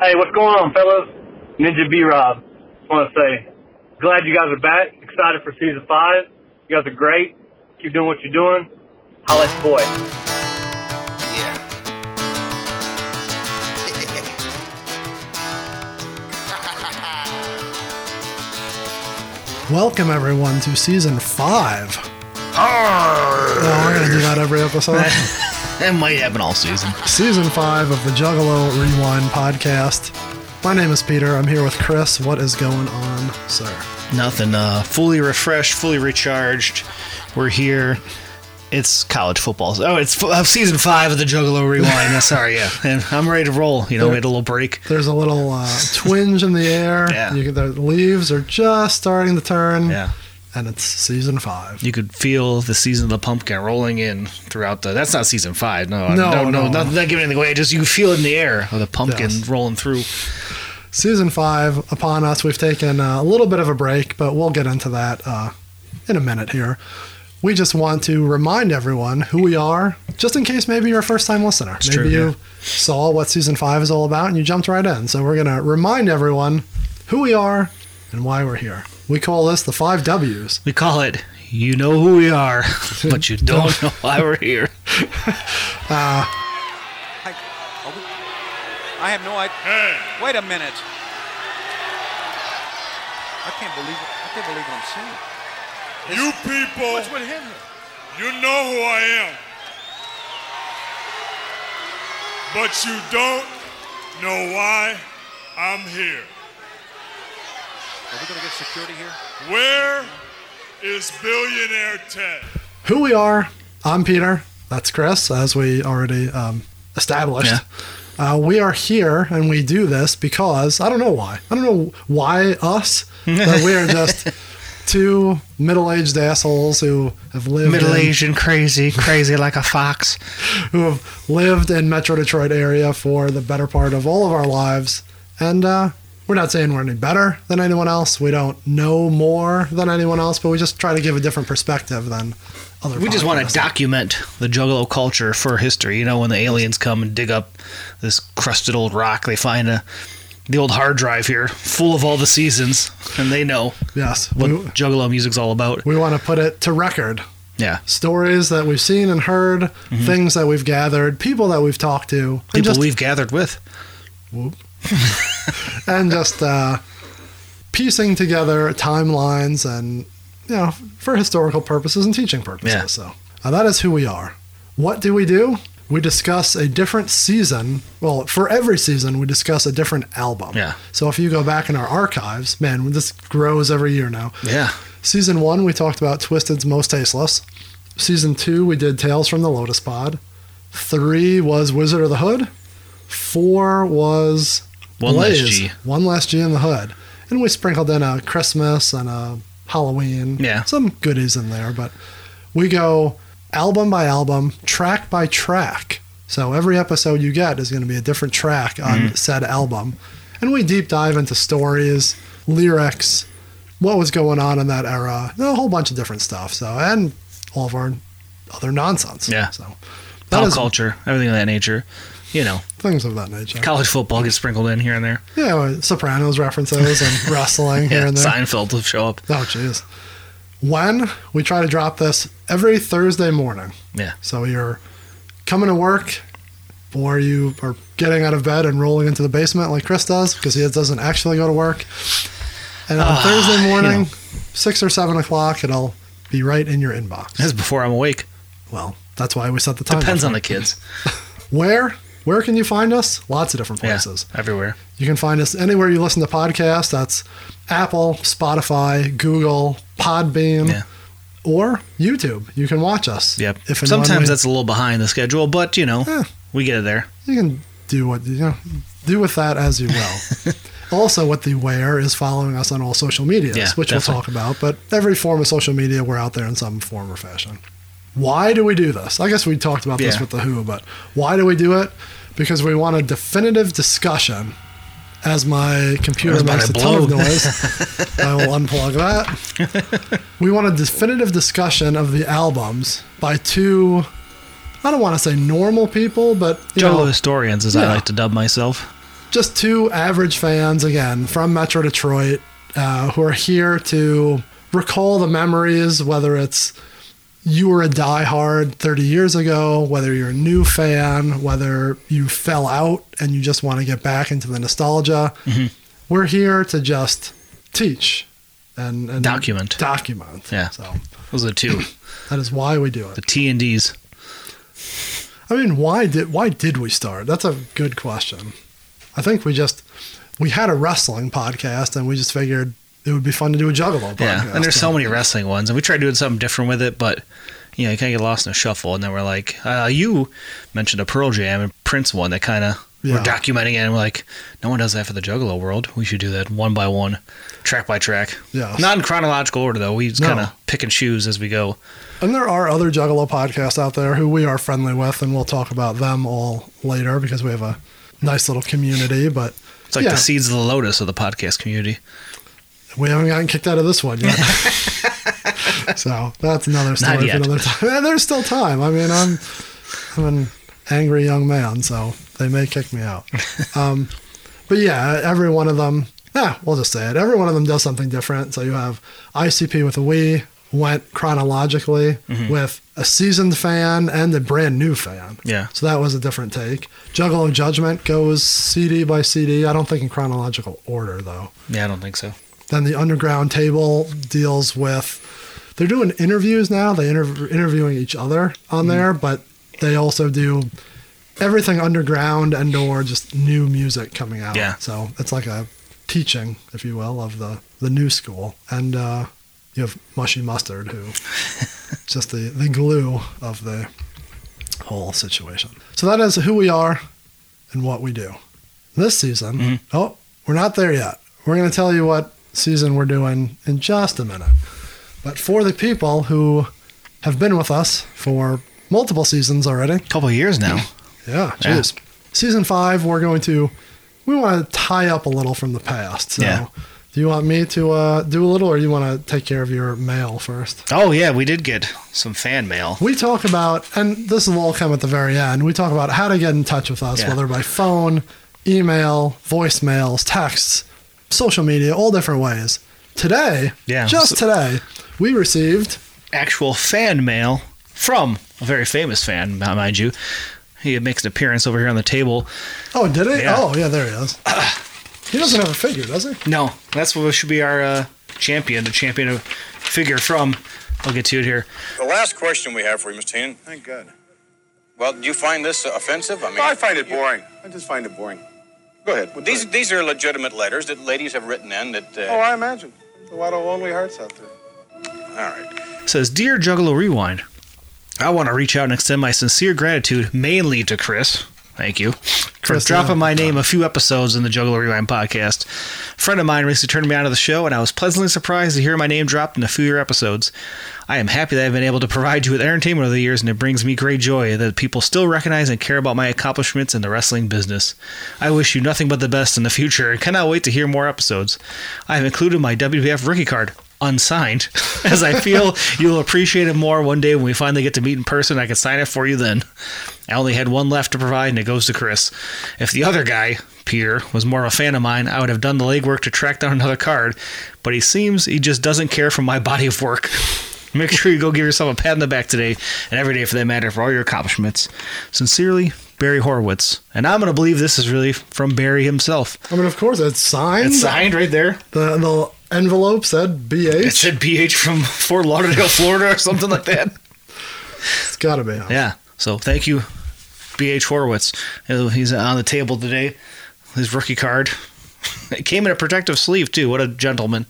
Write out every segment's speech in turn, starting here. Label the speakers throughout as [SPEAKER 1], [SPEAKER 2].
[SPEAKER 1] Hey, what's going on, fellas? Ninja B Rob. Just want to say, glad you guys are back. Excited for season five. You guys are great. Keep doing what you're doing. Holla at your boy.
[SPEAKER 2] Yeah.
[SPEAKER 3] Welcome everyone to season five.
[SPEAKER 2] Arr!
[SPEAKER 3] Oh, we're gonna do that every episode.
[SPEAKER 2] That might happen all season.
[SPEAKER 3] season five of the Juggalo Rewind podcast. My name is Peter. I'm here with Chris. What is going on, sir?
[SPEAKER 2] Nothing. Uh, fully refreshed, fully recharged. We're here. It's college football. Oh, it's uh, season five of the Juggalo Rewind. Yeah, Sorry, yeah. And I'm ready to roll. You know, we had a little break.
[SPEAKER 3] There's a little uh, twinge in the air.
[SPEAKER 2] Yeah.
[SPEAKER 3] You, the leaves are just starting to turn.
[SPEAKER 2] Yeah.
[SPEAKER 3] And it's season five.
[SPEAKER 2] You could feel the season of the pumpkin rolling in throughout the. That's not season five. No, I
[SPEAKER 3] No,
[SPEAKER 2] don't know.
[SPEAKER 3] no.
[SPEAKER 2] Not, not giving anything away. Just you can feel it in the air of the pumpkin
[SPEAKER 3] Yes.
[SPEAKER 2] rolling through.
[SPEAKER 3] Season five upon us. We've taken uh, a little bit of a break, but we'll get into that uh, in a minute here. We just want to remind everyone who we are, just in case maybe you're a first time listener. maybe
[SPEAKER 2] true,
[SPEAKER 3] you
[SPEAKER 2] yeah.
[SPEAKER 3] saw what season five is all about and you jumped right in. So we're going to remind everyone who we are and why we're here. We call this the five W's.
[SPEAKER 2] We call it. You know who we are, but you don't know why we're here.
[SPEAKER 4] I, are we- I have no idea. Wait a minute. I can't believe it. I can't believe what I'm seeing.
[SPEAKER 5] You people,
[SPEAKER 4] What's with him? here?
[SPEAKER 5] you know who I am. But you don't know why I'm here.
[SPEAKER 4] Are we going to get security here?
[SPEAKER 5] Where is billionaire Ted?
[SPEAKER 3] Who we are, I'm Peter. That's Chris, as we already um, established. Uh, we are here and we do this because I don't know why. I don't know why us, but we are just two middle aged assholes who have lived
[SPEAKER 2] Middle
[SPEAKER 3] in,
[SPEAKER 2] aged and crazy, crazy like a fox.
[SPEAKER 3] who have lived in Metro Detroit area for the better part of all of our lives, and uh, we're not saying we're any better than anyone else. We don't know more than anyone else, but we just try to give a different perspective than other.
[SPEAKER 2] We just want
[SPEAKER 3] podcasts.
[SPEAKER 2] to document the Juggalo culture for history. You know, when the aliens come and dig up this crusted old rock, they find a the old hard drive here full of all the seasons, and they know
[SPEAKER 3] Yes,
[SPEAKER 2] what
[SPEAKER 3] we,
[SPEAKER 2] Juggalo music's all about.
[SPEAKER 3] we want to put it to record.
[SPEAKER 2] Yeah,
[SPEAKER 3] Stories that we've seen and heard, things that we've gathered, people that we've talked to, and
[SPEAKER 2] Mm-hmm. people
[SPEAKER 3] just
[SPEAKER 2] we've gathered with.
[SPEAKER 3] and just uh, piecing together timelines and you know for historical purposes and teaching purposes.
[SPEAKER 2] Yeah.
[SPEAKER 3] So uh, that is who we are. What do we do? We discuss a different season. Well, for every season, we discuss a different album.
[SPEAKER 2] Yeah.
[SPEAKER 3] So if you go back in our archives, man, this grows every year now.
[SPEAKER 2] Yeah,
[SPEAKER 3] Season one, we talked about Twisted's Most Tasteless. Season two, we did Tales from the Lotus Pod. Three was Wizard of the Hood. Four was
[SPEAKER 2] One Less
[SPEAKER 3] Blaze,
[SPEAKER 2] G.
[SPEAKER 3] One Last G in the Hood. And we sprinkled in a Christmas and a Halloween.
[SPEAKER 2] Yeah.
[SPEAKER 3] Some goodies in there, but we go album by album, track by track. So every episode you get is going to be a different track on
[SPEAKER 2] Mm-hmm.
[SPEAKER 3] said album. And we deep dive into stories, lyrics, what was going on in that era, a whole bunch of different stuff. So, and all of our other nonsense.
[SPEAKER 2] Yeah.
[SPEAKER 3] So, that
[SPEAKER 2] pop
[SPEAKER 3] is
[SPEAKER 2] culture, everything of that nature. You know,
[SPEAKER 3] things of that nature.
[SPEAKER 2] college football gets sprinkled in here and there.
[SPEAKER 3] Yeah, Sopranos references and wrestling here
[SPEAKER 2] Yeah,
[SPEAKER 3] and there.
[SPEAKER 2] Seinfeld will show up.
[SPEAKER 3] Oh, jeez. When we try to drop this every Thursday morning.
[SPEAKER 2] Yeah.
[SPEAKER 3] So you're coming to work, or you are getting out of bed and rolling into the basement like Chris does because he doesn't actually go to work. And on
[SPEAKER 2] Ah,
[SPEAKER 3] Thursday morning, six or seven o'clock, it'll be right in your inbox.
[SPEAKER 2] That's before I'm awake.
[SPEAKER 3] Well, that's why we set the time.
[SPEAKER 2] Depends on the kids.
[SPEAKER 3] where. Where can you find us? Lots of different
[SPEAKER 2] Yeah,
[SPEAKER 3] places.
[SPEAKER 2] everywhere.
[SPEAKER 3] You can find us anywhere you listen to podcasts. That's Apple, Spotify, Google, Podbean,
[SPEAKER 2] Yeah.
[SPEAKER 3] or YouTube. You can watch us.
[SPEAKER 2] Yep.
[SPEAKER 3] If and
[SPEAKER 2] Sometimes
[SPEAKER 3] when we-
[SPEAKER 2] that's a little behind the schedule, but you know,
[SPEAKER 3] Yeah.
[SPEAKER 2] we get it there.
[SPEAKER 3] you can do what you know, do with that as you will. also, what the where is following us on all social medias,
[SPEAKER 2] Yeah,
[SPEAKER 3] which
[SPEAKER 2] definitely.
[SPEAKER 3] we'll talk about. But every form of social media, we're out there in some form or fashion. Why do we do this? I guess we talked about this
[SPEAKER 2] Yeah.
[SPEAKER 3] with the Who, but why do we do it? Because we want a definitive discussion. As my computer
[SPEAKER 2] That's about
[SPEAKER 3] makes a
[SPEAKER 2] to
[SPEAKER 3] ton of
[SPEAKER 2] blow.
[SPEAKER 3] noise, I will unplug that. We want a definitive discussion of the albums by two. I don't want to say normal people, but you
[SPEAKER 2] Juggalo
[SPEAKER 3] know,
[SPEAKER 2] historians, as I
[SPEAKER 3] Yeah.
[SPEAKER 2] like to dub myself.
[SPEAKER 3] just two average fans again from Metro Detroit uh, who are here to recall the memories, whether it's you were a diehard 30 years ago, whether you're a new fan, whether you fell out and you just want to get back into the nostalgia.
[SPEAKER 2] Mm-hmm.
[SPEAKER 3] We're here to just teach and, and
[SPEAKER 2] Document.
[SPEAKER 3] Document.
[SPEAKER 2] Yeah.
[SPEAKER 3] So
[SPEAKER 2] Those are the two,
[SPEAKER 3] that is why we do
[SPEAKER 2] the
[SPEAKER 3] it.
[SPEAKER 2] T and D's.
[SPEAKER 3] I mean, why did why did we start? That's a good question. I think we just we had a wrestling podcast and we just figured it would be fun to do a juggalo podcast.
[SPEAKER 2] Yeah, and there's so many wrestling ones, and we tried doing something different with it, but you know, you kind of get lost in a shuffle. And then we're like, uh, you mentioned a Pearl Jam and Prince one that kind of we're
[SPEAKER 3] Yeah.
[SPEAKER 2] documenting it, and we're like, no one does that for the Juggalo world. We should do that one by one, track by track.
[SPEAKER 3] Yes.
[SPEAKER 2] not in chronological order though. We just
[SPEAKER 3] No.
[SPEAKER 2] kind of pick and choose as we go.
[SPEAKER 3] And there are other Juggalo podcasts out there who we are friendly with, and we'll talk about them all later because we have a nice little community. But
[SPEAKER 2] It's like
[SPEAKER 3] Yeah.
[SPEAKER 2] the seeds of the lotus of the podcast community.
[SPEAKER 3] we haven't gotten kicked out of this one yet. so that's another story for
[SPEAKER 2] yet.
[SPEAKER 3] another time. And there's still time. I mean, I'm I'm an angry young man, so they may kick me out. Um, but yeah, every one of them. Yeah, we'll just say it. Every one of them does something different. So you have ICP with a Wii went chronologically with a seasoned fan and a brand new fan.
[SPEAKER 2] Yeah.
[SPEAKER 3] So that was a different take. Juggalo Judgment goes CD by CD. I don't think in chronological order though.
[SPEAKER 2] Yeah, I don't think so.
[SPEAKER 3] Then the underground table deals with they're doing interviews now. They inter- interviewing each other on there, but they also do everything underground and or just new music coming out.
[SPEAKER 2] Yeah.
[SPEAKER 3] So it's like a teaching, if you will, of the the new school. And uh, you have Mushy Mustard, who just the the glue of the whole situation. So that is who we are and what we do. This season, oh, we're not there yet. We're going to tell you what season we're doing in just a minute. But for the people who have been with us for multiple seasons already,
[SPEAKER 2] couple of years now.
[SPEAKER 3] yeah,
[SPEAKER 2] Yeah.
[SPEAKER 3] jeez. Season five, we're going to we want to tie up a little from the past. So
[SPEAKER 2] Yeah.
[SPEAKER 3] do you want me to uh, do a little, or you want to take care of your mail first?
[SPEAKER 2] oh yeah, we did get some fan mail.
[SPEAKER 3] We talk about, and this will all come at the very end. We talk about how to get in touch with us,
[SPEAKER 2] Yeah.
[SPEAKER 3] whether by phone, email, voicemails, texts, social media, all different ways. Today,
[SPEAKER 2] Yeah.
[SPEAKER 3] just today, we received
[SPEAKER 2] actual fan mail from a very famous fan, mind you. He makes an appearance over here on the table.
[SPEAKER 3] Oh, did he?
[SPEAKER 2] Yeah.
[SPEAKER 3] Oh, yeah, there he is. He doesn't have a figure, does he?
[SPEAKER 2] No, that's what should be our uh, champion, the champion of figure from. I'll get to it here.
[SPEAKER 6] The last question we have for you, Mr. Heenan.
[SPEAKER 7] Thank God.
[SPEAKER 6] Well, do you find this offensive? I mean,
[SPEAKER 7] I find it boring. I just find it boring. Go ahead. Well,
[SPEAKER 6] these these are legitimate letters that ladies have written in. That uh,
[SPEAKER 7] Oh, I imagine. There's a lot of lonely hearts out there.
[SPEAKER 6] all right.
[SPEAKER 2] It says, "Dear Juggalo Rewind, I want to reach out and extend my sincere gratitude, mainly to Chris. Thank you for
[SPEAKER 3] Chris,
[SPEAKER 2] dropping
[SPEAKER 3] yeah.
[SPEAKER 2] my name a few episodes in the Juggalo Rewind podcast. A friend of mine recently turned me on to the show, and I was pleasantly surprised to hear my name dropped in a few of your episodes. I am happy that I've been able to provide you with entertainment over the years, and it brings me great joy that people still recognize and care about my accomplishments in the wrestling business. I wish you nothing but the best in the future, and cannot wait to hear more episodes. I have included my WWF rookie card." Unsigned, as I feel you'll appreciate it more one day when we finally get to meet in person. I can sign it for you then. I only had one left to provide, and it goes to Chris. If the other guy, Peter, was more of a fan of mine, I would have done the legwork to track down another card, but he seems he just doesn't care for my body of work. Make sure you go give yourself a pat on the back today and every day for that matter for all your accomplishments. Sincerely, Barry Horowitz. And I'm going to believe this is really from Barry himself.
[SPEAKER 3] I mean, of course, it's signed.
[SPEAKER 2] It's signed right there.
[SPEAKER 3] The, the envelope said BH.
[SPEAKER 2] It said PH from Fort Lauderdale, Florida or something like that.
[SPEAKER 3] it's got to be. him.
[SPEAKER 2] Yeah. So thank you, B.H. Horowitz. Uh, He's on the table today. His rookie card. It came in a protective sleeve, too. What a gentleman.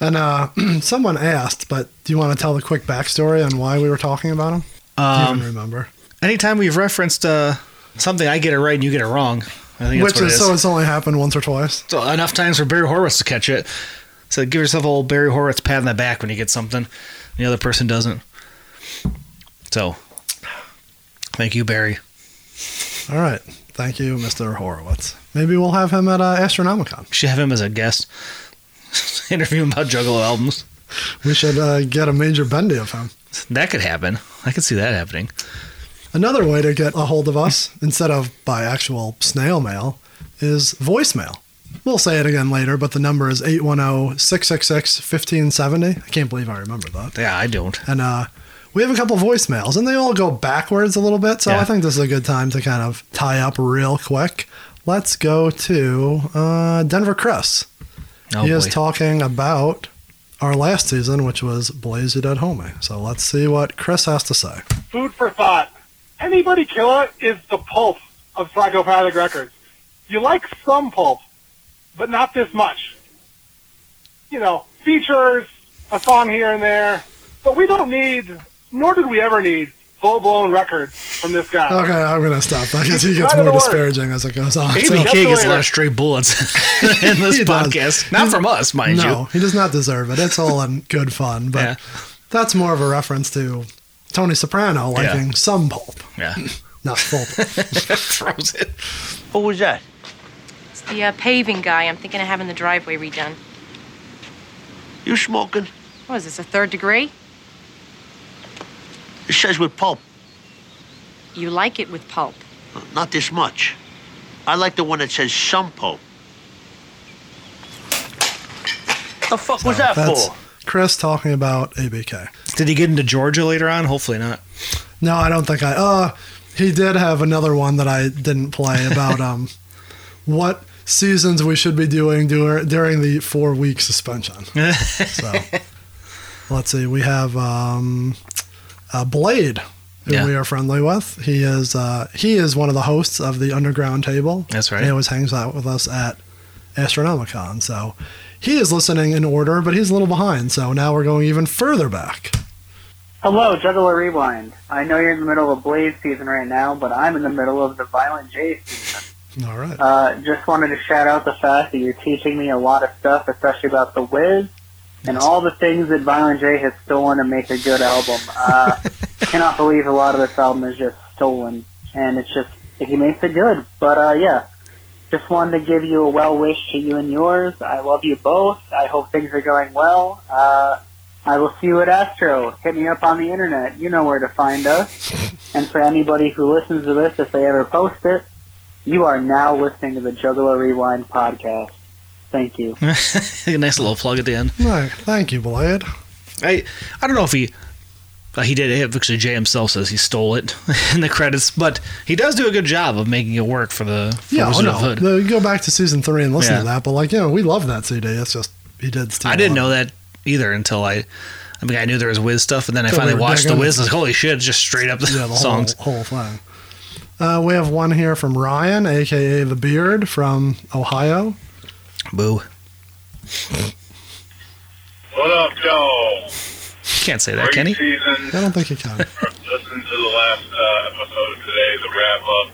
[SPEAKER 3] And uh, someone asked, but do you want to tell the quick backstory on why we were talking about him? do you even remember?
[SPEAKER 2] Um, Anytime we've referenced uh, something, I get it right and you get it wrong. I think that's
[SPEAKER 3] Which
[SPEAKER 2] what
[SPEAKER 3] is,
[SPEAKER 2] it is.
[SPEAKER 3] so it's only happened once or twice.
[SPEAKER 2] So enough times for Barry Horowitz to catch it. So give yourself a little Barry Horowitz pat on the back when you get something and the other person doesn't. So thank you, Barry.
[SPEAKER 3] All right. Thank you, Mr. Horowitz. Maybe we'll have him at uh, Astronomicon.
[SPEAKER 2] Should have him as a guest. Interview him about Juggalo albums.
[SPEAKER 3] We should uh, get a major bendy of him.
[SPEAKER 2] That could happen. I could see that happening.
[SPEAKER 3] Another way to get a hold of us, instead of by actual snail mail, is voicemail. We'll say it again later, but the number is oh, 810 666 1570. I can't believe I remember that.
[SPEAKER 2] Yeah, I don't.
[SPEAKER 3] And uh, we have a couple voicemails, and they all go backwards a little bit. So
[SPEAKER 2] Yeah.
[SPEAKER 3] I think this is a good time to kind of tie up real quick. Let's go to uh, Denver Chris.
[SPEAKER 2] Oh
[SPEAKER 3] he is
[SPEAKER 2] boy.
[SPEAKER 3] talking about our last season, which was Blaze Your Dead Homie. So let's see what Chris has to say.
[SPEAKER 8] food for thought. Anybody Killer is the pulp of Psychopathic Records. You like some pulp, but not this much. You know, features, a song here and there, but we don't need, nor did we ever need, full blown records from this guy.
[SPEAKER 3] Okay, I'm going to stop. I guess he
[SPEAKER 8] He's
[SPEAKER 3] gets more
[SPEAKER 8] right on the word.
[SPEAKER 3] disparaging as it goes on. So-
[SPEAKER 2] Baby K gets a lot
[SPEAKER 8] later.
[SPEAKER 2] of stray bullets in this
[SPEAKER 3] He does.
[SPEAKER 2] podcast. Not from us, mind
[SPEAKER 3] no,
[SPEAKER 2] you.
[SPEAKER 3] he does not deserve it. It's all in good fun, but
[SPEAKER 2] Yeah.
[SPEAKER 3] that's more of a reference to Tony Soprano liking some pulp,
[SPEAKER 2] Yeah.
[SPEAKER 3] not full. pulp.
[SPEAKER 2] Frozen.
[SPEAKER 9] It's the uh, paving guy. I'm thinking of having the driveway redone.
[SPEAKER 10] You smoking?
[SPEAKER 9] What is this, a third degree?
[SPEAKER 10] It says with pulp,
[SPEAKER 9] You like it with pulp.
[SPEAKER 10] not this much. I like the one that says some pulp. The fuck was that
[SPEAKER 3] That's
[SPEAKER 10] for?
[SPEAKER 3] Chris talking about ABK.
[SPEAKER 2] Did he get into Georgia later on? Hopefully not.
[SPEAKER 3] No, I don't think I. Uh, he did have another one that I didn't play about um, what seasons we should be doing dur- during the four week suspension. so let's see. We have um, uh, Blade, who
[SPEAKER 2] Yeah.
[SPEAKER 3] we are friendly with. He is uh, he is one of the hosts of the Underground Table.
[SPEAKER 2] That's right.
[SPEAKER 3] He always hangs out with us at Astronomicon. So he is listening in order, but he's a little behind. So now we're going even further back.
[SPEAKER 8] Hello, Juggler Rewind. I know you're in the middle of Blade season right now, but I'm in the middle of the Violent J season.
[SPEAKER 3] All right.
[SPEAKER 8] Uh, just wanted to shout out the fact that you're teaching me a lot of stuff, especially about the Wiz and all the things that Violent J has stolen to make a good album. Uh, cannot believe a lot of this album is just stolen, and it's just he makes it good. But uh, yeah, just wanted to give you a well wish to you and yours. I love you both. I hope things are going well. Uh, I will see you at Astro. Hit me up on the internet. You know where to find us. And for anybody who listens to this, if they ever post it. You are now listening to the Juggalo Rewind podcast. Thank you.
[SPEAKER 2] a nice little plug at the end.
[SPEAKER 3] Right. Thank you, Blade.
[SPEAKER 2] I I don't know if he uh, he did it because Jay himself says he stole it in the credits, but he does do a good job of making it work for the for
[SPEAKER 3] Yeah, oh,
[SPEAKER 2] Wizard of
[SPEAKER 3] no.
[SPEAKER 2] Hood.
[SPEAKER 3] no. You go back to season three and listen
[SPEAKER 2] Yeah.
[SPEAKER 3] to that, but like, you know, we love that CD. It's just he did steal.
[SPEAKER 2] I didn't
[SPEAKER 3] a lot.
[SPEAKER 2] know that either until I. I mean, I knew there was Wiz stuff, and then I
[SPEAKER 3] Till we
[SPEAKER 2] finally
[SPEAKER 3] were
[SPEAKER 2] watched the
[SPEAKER 3] digging.
[SPEAKER 2] Wiz. And I was like, holy shit! It's just straight up the,
[SPEAKER 3] Yeah, the
[SPEAKER 2] songs.
[SPEAKER 3] whole whole thing. Uh, we have one here from Ryan, aka the Beard from Ohio.
[SPEAKER 2] Boo!
[SPEAKER 5] What up, y'all?
[SPEAKER 2] Can't say that, can he?
[SPEAKER 5] season.
[SPEAKER 3] I don't think he can.
[SPEAKER 5] Listen to the last uh, episode of today, the wrap up.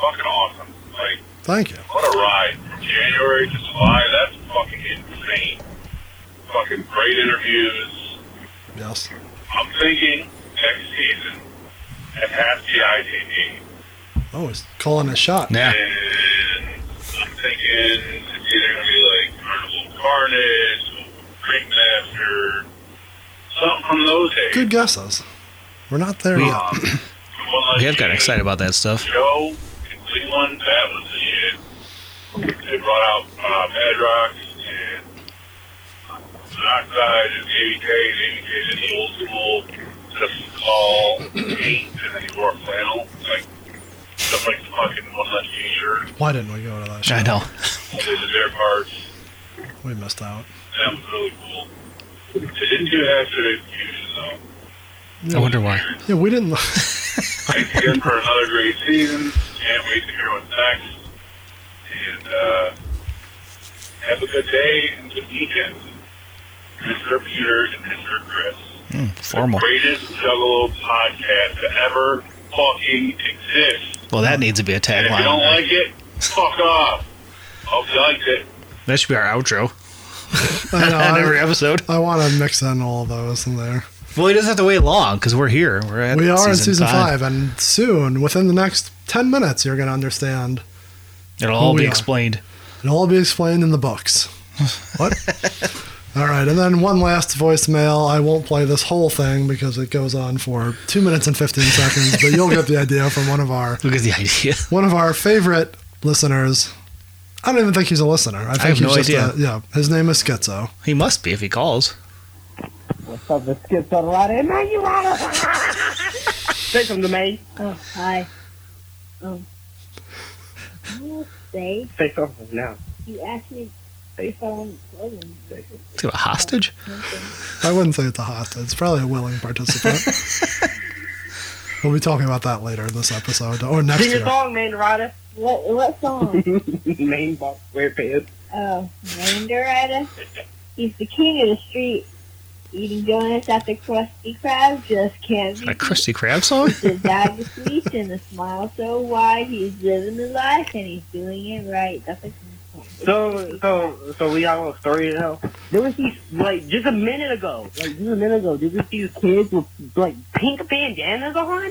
[SPEAKER 5] Fucking awesome. Like,
[SPEAKER 3] Thank you.
[SPEAKER 5] What a ride. From January to July, that's fucking insane. Fucking great interviews.
[SPEAKER 3] Yes.
[SPEAKER 5] I'm thinking next season at half the ITD.
[SPEAKER 3] Oh, he's calling a shot.
[SPEAKER 2] Yeah.
[SPEAKER 5] And I'm thinking it's either going to be like Carnival Carnage, Ringmaster, something from those days.
[SPEAKER 3] Good guesses. We're not there
[SPEAKER 2] We-
[SPEAKER 3] yet.
[SPEAKER 2] We have gotten excited about that stuff.
[SPEAKER 5] Joe in Cleveland, that was the shit. They brought out uh, Madrox and Oxide and ABK, and ABK did the old school, just all paint and then he wore flannel, like stuff like the fucking one less t-shirt.
[SPEAKER 3] Why didn't we go to that? Show?
[SPEAKER 2] I know.
[SPEAKER 5] They did their parts.
[SPEAKER 3] We missed out.
[SPEAKER 5] That was really cool. They didn't do Astroday's Fusion though.
[SPEAKER 2] I wonder why.
[SPEAKER 3] Yeah, we didn't.
[SPEAKER 5] Thanks again for another great season. Can't wait to hear what's next. And uh, have a good day and good weekend. Mr. Peter and Mr. Chris.
[SPEAKER 2] Formal.
[SPEAKER 5] Greatest Juggalo podcast to ever fucking exist.
[SPEAKER 2] Well, that needs to be a
[SPEAKER 5] And if you don't
[SPEAKER 2] tagline.
[SPEAKER 5] like it, fuck off. Hope you liked it.
[SPEAKER 2] That should be our outro
[SPEAKER 3] I, know,
[SPEAKER 2] on every
[SPEAKER 3] I,
[SPEAKER 2] episode.
[SPEAKER 3] I want to mix in all those in there.
[SPEAKER 2] Well, he doesn't have to wait long because we're here. We're at
[SPEAKER 3] We are
[SPEAKER 2] season
[SPEAKER 3] in season five, and soon, within the next ten minutes, you're going to understand
[SPEAKER 2] It'll all
[SPEAKER 3] Who
[SPEAKER 2] be
[SPEAKER 3] we are.
[SPEAKER 2] explained.
[SPEAKER 3] It'll all be explained in the books. What? all right, and then one last voicemail. I won't play this whole thing because it goes on for two minutes and fifteen seconds, but you'll get the idea from one of our
[SPEAKER 2] Look at the idea.
[SPEAKER 3] one of our favorite listeners, I don't even think he's a listener. I think
[SPEAKER 2] have
[SPEAKER 3] he's
[SPEAKER 2] no
[SPEAKER 3] just
[SPEAKER 2] idea.
[SPEAKER 3] A, yeah, his name is Schizo.
[SPEAKER 2] He must be if he calls.
[SPEAKER 11] What's up, the skits on Rod Emmanuel? Say something to me.
[SPEAKER 12] Oh, hi. Um, I will say,
[SPEAKER 11] Say something now.
[SPEAKER 12] you asked me if I wanted clothing.
[SPEAKER 2] Is he a hostage?
[SPEAKER 3] I wouldn't say it's a hostage. It's probably a willing participant. we'll be talking about that later in this episode or next
[SPEAKER 11] Sing your
[SPEAKER 3] year.
[SPEAKER 11] song, man, Ryder.
[SPEAKER 12] What, what song?
[SPEAKER 11] Main box wear pants.
[SPEAKER 12] oh, Mandaretta. He's the king of the street. Eating donuts at the Krusty Krab just can't be
[SPEAKER 2] A Krusty Krab song?
[SPEAKER 12] His eyes are sweet and a smile so wide. He's living the life and he's doing it right. That's a
[SPEAKER 11] So, so, so we got a little story to tell. There was these, like, just a minute ago, like, just a minute ago, there was these kids with, like, pink bandanas on,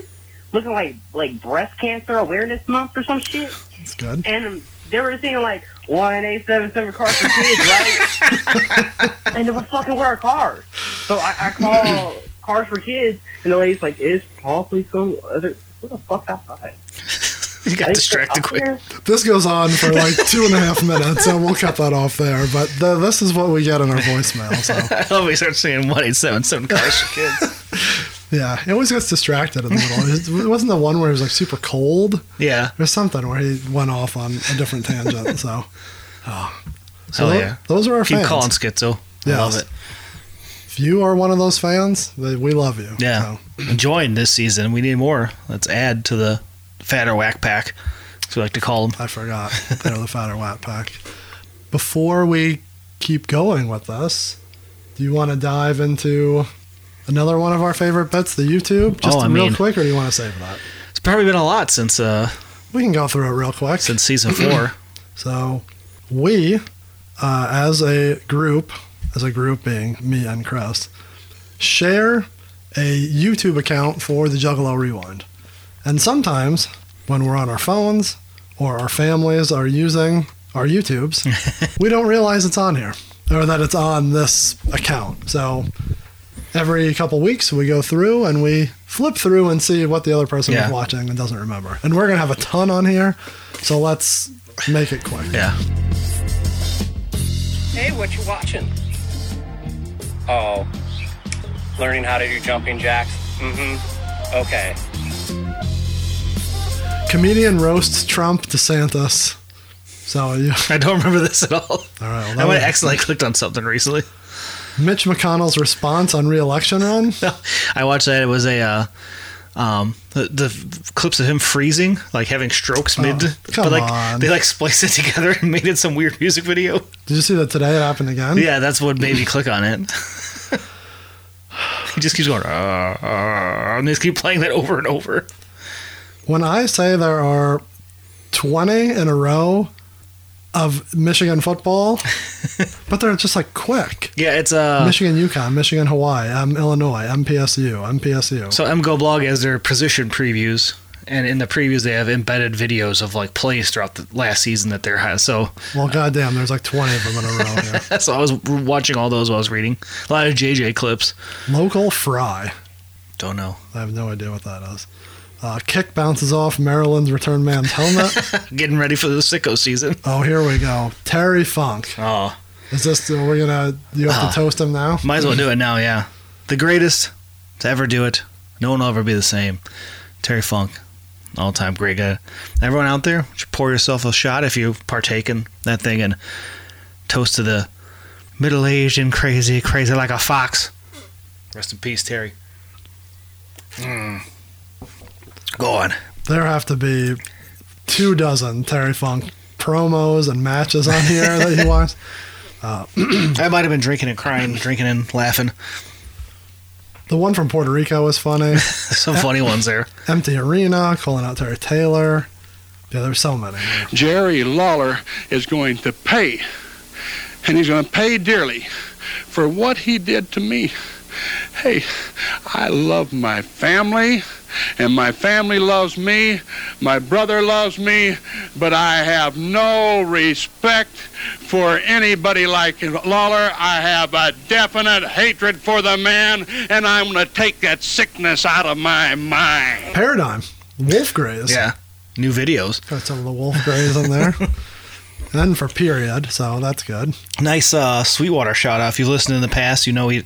[SPEAKER 11] looking like, like, breast cancer awareness month or some shit.
[SPEAKER 3] That's good.
[SPEAKER 11] And they were singing, like, 1877 cars for kids, right? and they were fucking wearing cars. So I, I call cars for kids, and the lady's like, is probably some other, what the fuck outside?
[SPEAKER 2] You got distracted quick.
[SPEAKER 3] This goes on for like two and a half minutes, so we'll cut that off there. But th- this is what we get in our voicemail. So
[SPEAKER 2] I love when he starts saying 1877 cars for kids.
[SPEAKER 3] yeah, he always gets distracted in the middle. It- It wasn't the one where he was like super cold.
[SPEAKER 2] Yeah.
[SPEAKER 3] There's something where he went off on a different tangent. So, oh. so
[SPEAKER 2] Hell
[SPEAKER 3] tho-
[SPEAKER 2] yeah.
[SPEAKER 3] those are our
[SPEAKER 2] Keep
[SPEAKER 3] fans.
[SPEAKER 2] calling Schizo. I love
[SPEAKER 3] Yes.
[SPEAKER 2] it.
[SPEAKER 3] If you are one of those fans, then we love you.
[SPEAKER 2] Yeah. Join this season. We need more. Let's add to the fatter whack pack, as we like to call them.
[SPEAKER 3] I forgot. They're the fatter Watt Pack. Before we keep going with this, do you want to dive into another one of our favorite bits, the YouTube? Just
[SPEAKER 2] Oh, I
[SPEAKER 3] real
[SPEAKER 2] mean-
[SPEAKER 3] quick, or do you want to save that?
[SPEAKER 2] It's probably been a lot since uh
[SPEAKER 3] We can go through it real quick.
[SPEAKER 2] since season four.
[SPEAKER 3] So, we, uh, as a group, as a group being me and Kress, share a YouTube account for the Juggalo Rewind. And sometimes, when we're on our phones or our families are using our YouTubes, we don't realize it's on here or that it's on this account. So, every couple weeks, we go through and we flip through and see what the other person
[SPEAKER 2] Yeah.
[SPEAKER 3] was watching and doesn't remember. And we're going to have a ton on here. So, let's make it quick.
[SPEAKER 2] Yeah.
[SPEAKER 13] Hey, what you watching? Oh, learning how to do jumping jacks. Mm-hmm. Okay.
[SPEAKER 3] Comedian roasts Trump, DeSantis. So you,
[SPEAKER 2] I don't remember this at all. All
[SPEAKER 3] right. well,
[SPEAKER 2] I
[SPEAKER 3] that
[SPEAKER 2] might
[SPEAKER 3] was-
[SPEAKER 2] have accidentally clicked on something recently.
[SPEAKER 3] Mitch McConnell's response on re-election run.
[SPEAKER 2] I watched that. It was a uh, um, the, the f- clips of him freezing, like having strokes mid.
[SPEAKER 3] Oh, come
[SPEAKER 2] but like
[SPEAKER 3] on.
[SPEAKER 2] they like spliced it together and made it some weird music video.
[SPEAKER 3] Did you see that today? It happened again.
[SPEAKER 2] Yeah, that's what made me click on it. he just keeps going, uh, uh, and they just keep playing that over and over.
[SPEAKER 3] When I say there are twenty in a row of Michigan football, but they're just like quick.
[SPEAKER 2] Yeah, it's uh.
[SPEAKER 3] Michigan, UConn, Michigan, Hawaii, um, Illinois, MPSU, MPSU.
[SPEAKER 2] So MGO blog has their position previews, and in the previews they have embedded videos of like plays throughout the last season that there has. So
[SPEAKER 3] well, goddamn, there's like twenty of them in a row here.
[SPEAKER 2] so I was watching all those while I was reading a lot of JJ clips.
[SPEAKER 3] Local fry.
[SPEAKER 2] Don't know.
[SPEAKER 3] I have no idea what that is. Uh, kick bounces off Maryland's return man's helmet.
[SPEAKER 2] Getting ready for the sicko season.
[SPEAKER 3] Oh, here we go. Terry Funk.
[SPEAKER 2] Oh,
[SPEAKER 3] Is this, are we going to, you have
[SPEAKER 2] Oh.
[SPEAKER 3] to toast him now?
[SPEAKER 2] might as well do it now. Yeah, the greatest to ever do it. No one will ever be the same. Terry Funk, all time great guy. Everyone out there, should pour yourself a shot if you partake in that thing and toast to the middle aged and crazy, crazy like a fox. Rest in peace, Terry. Mm. Go on.
[SPEAKER 3] There have to be two dozen Terry Funk promos and matches on here that he wants. Uh,
[SPEAKER 2] I might have been drinking and crying, drinking and laughing.
[SPEAKER 3] the one from Puerto Rico was funny.
[SPEAKER 2] Some funny ones there.
[SPEAKER 3] Empty Arena, calling out Terry Taylor. Yeah, there's so many.
[SPEAKER 14] Jerry Lawler is going to pay, and he's going to pay dearly for what he did to me. Hey, I love my family, and my family loves me, my brother loves me, but I have no respect for anybody like Lawler. I have a definite hatred for the man, and I'm going to take that sickness out of my mind.
[SPEAKER 3] Paradigm. Wolf Grays.
[SPEAKER 2] Yeah. New videos.
[SPEAKER 3] Got some of the Wolf Grays in there. And then for period, so that's good.
[SPEAKER 2] Nice uh, Sweetwater shout out. If you've listened in the past, you know he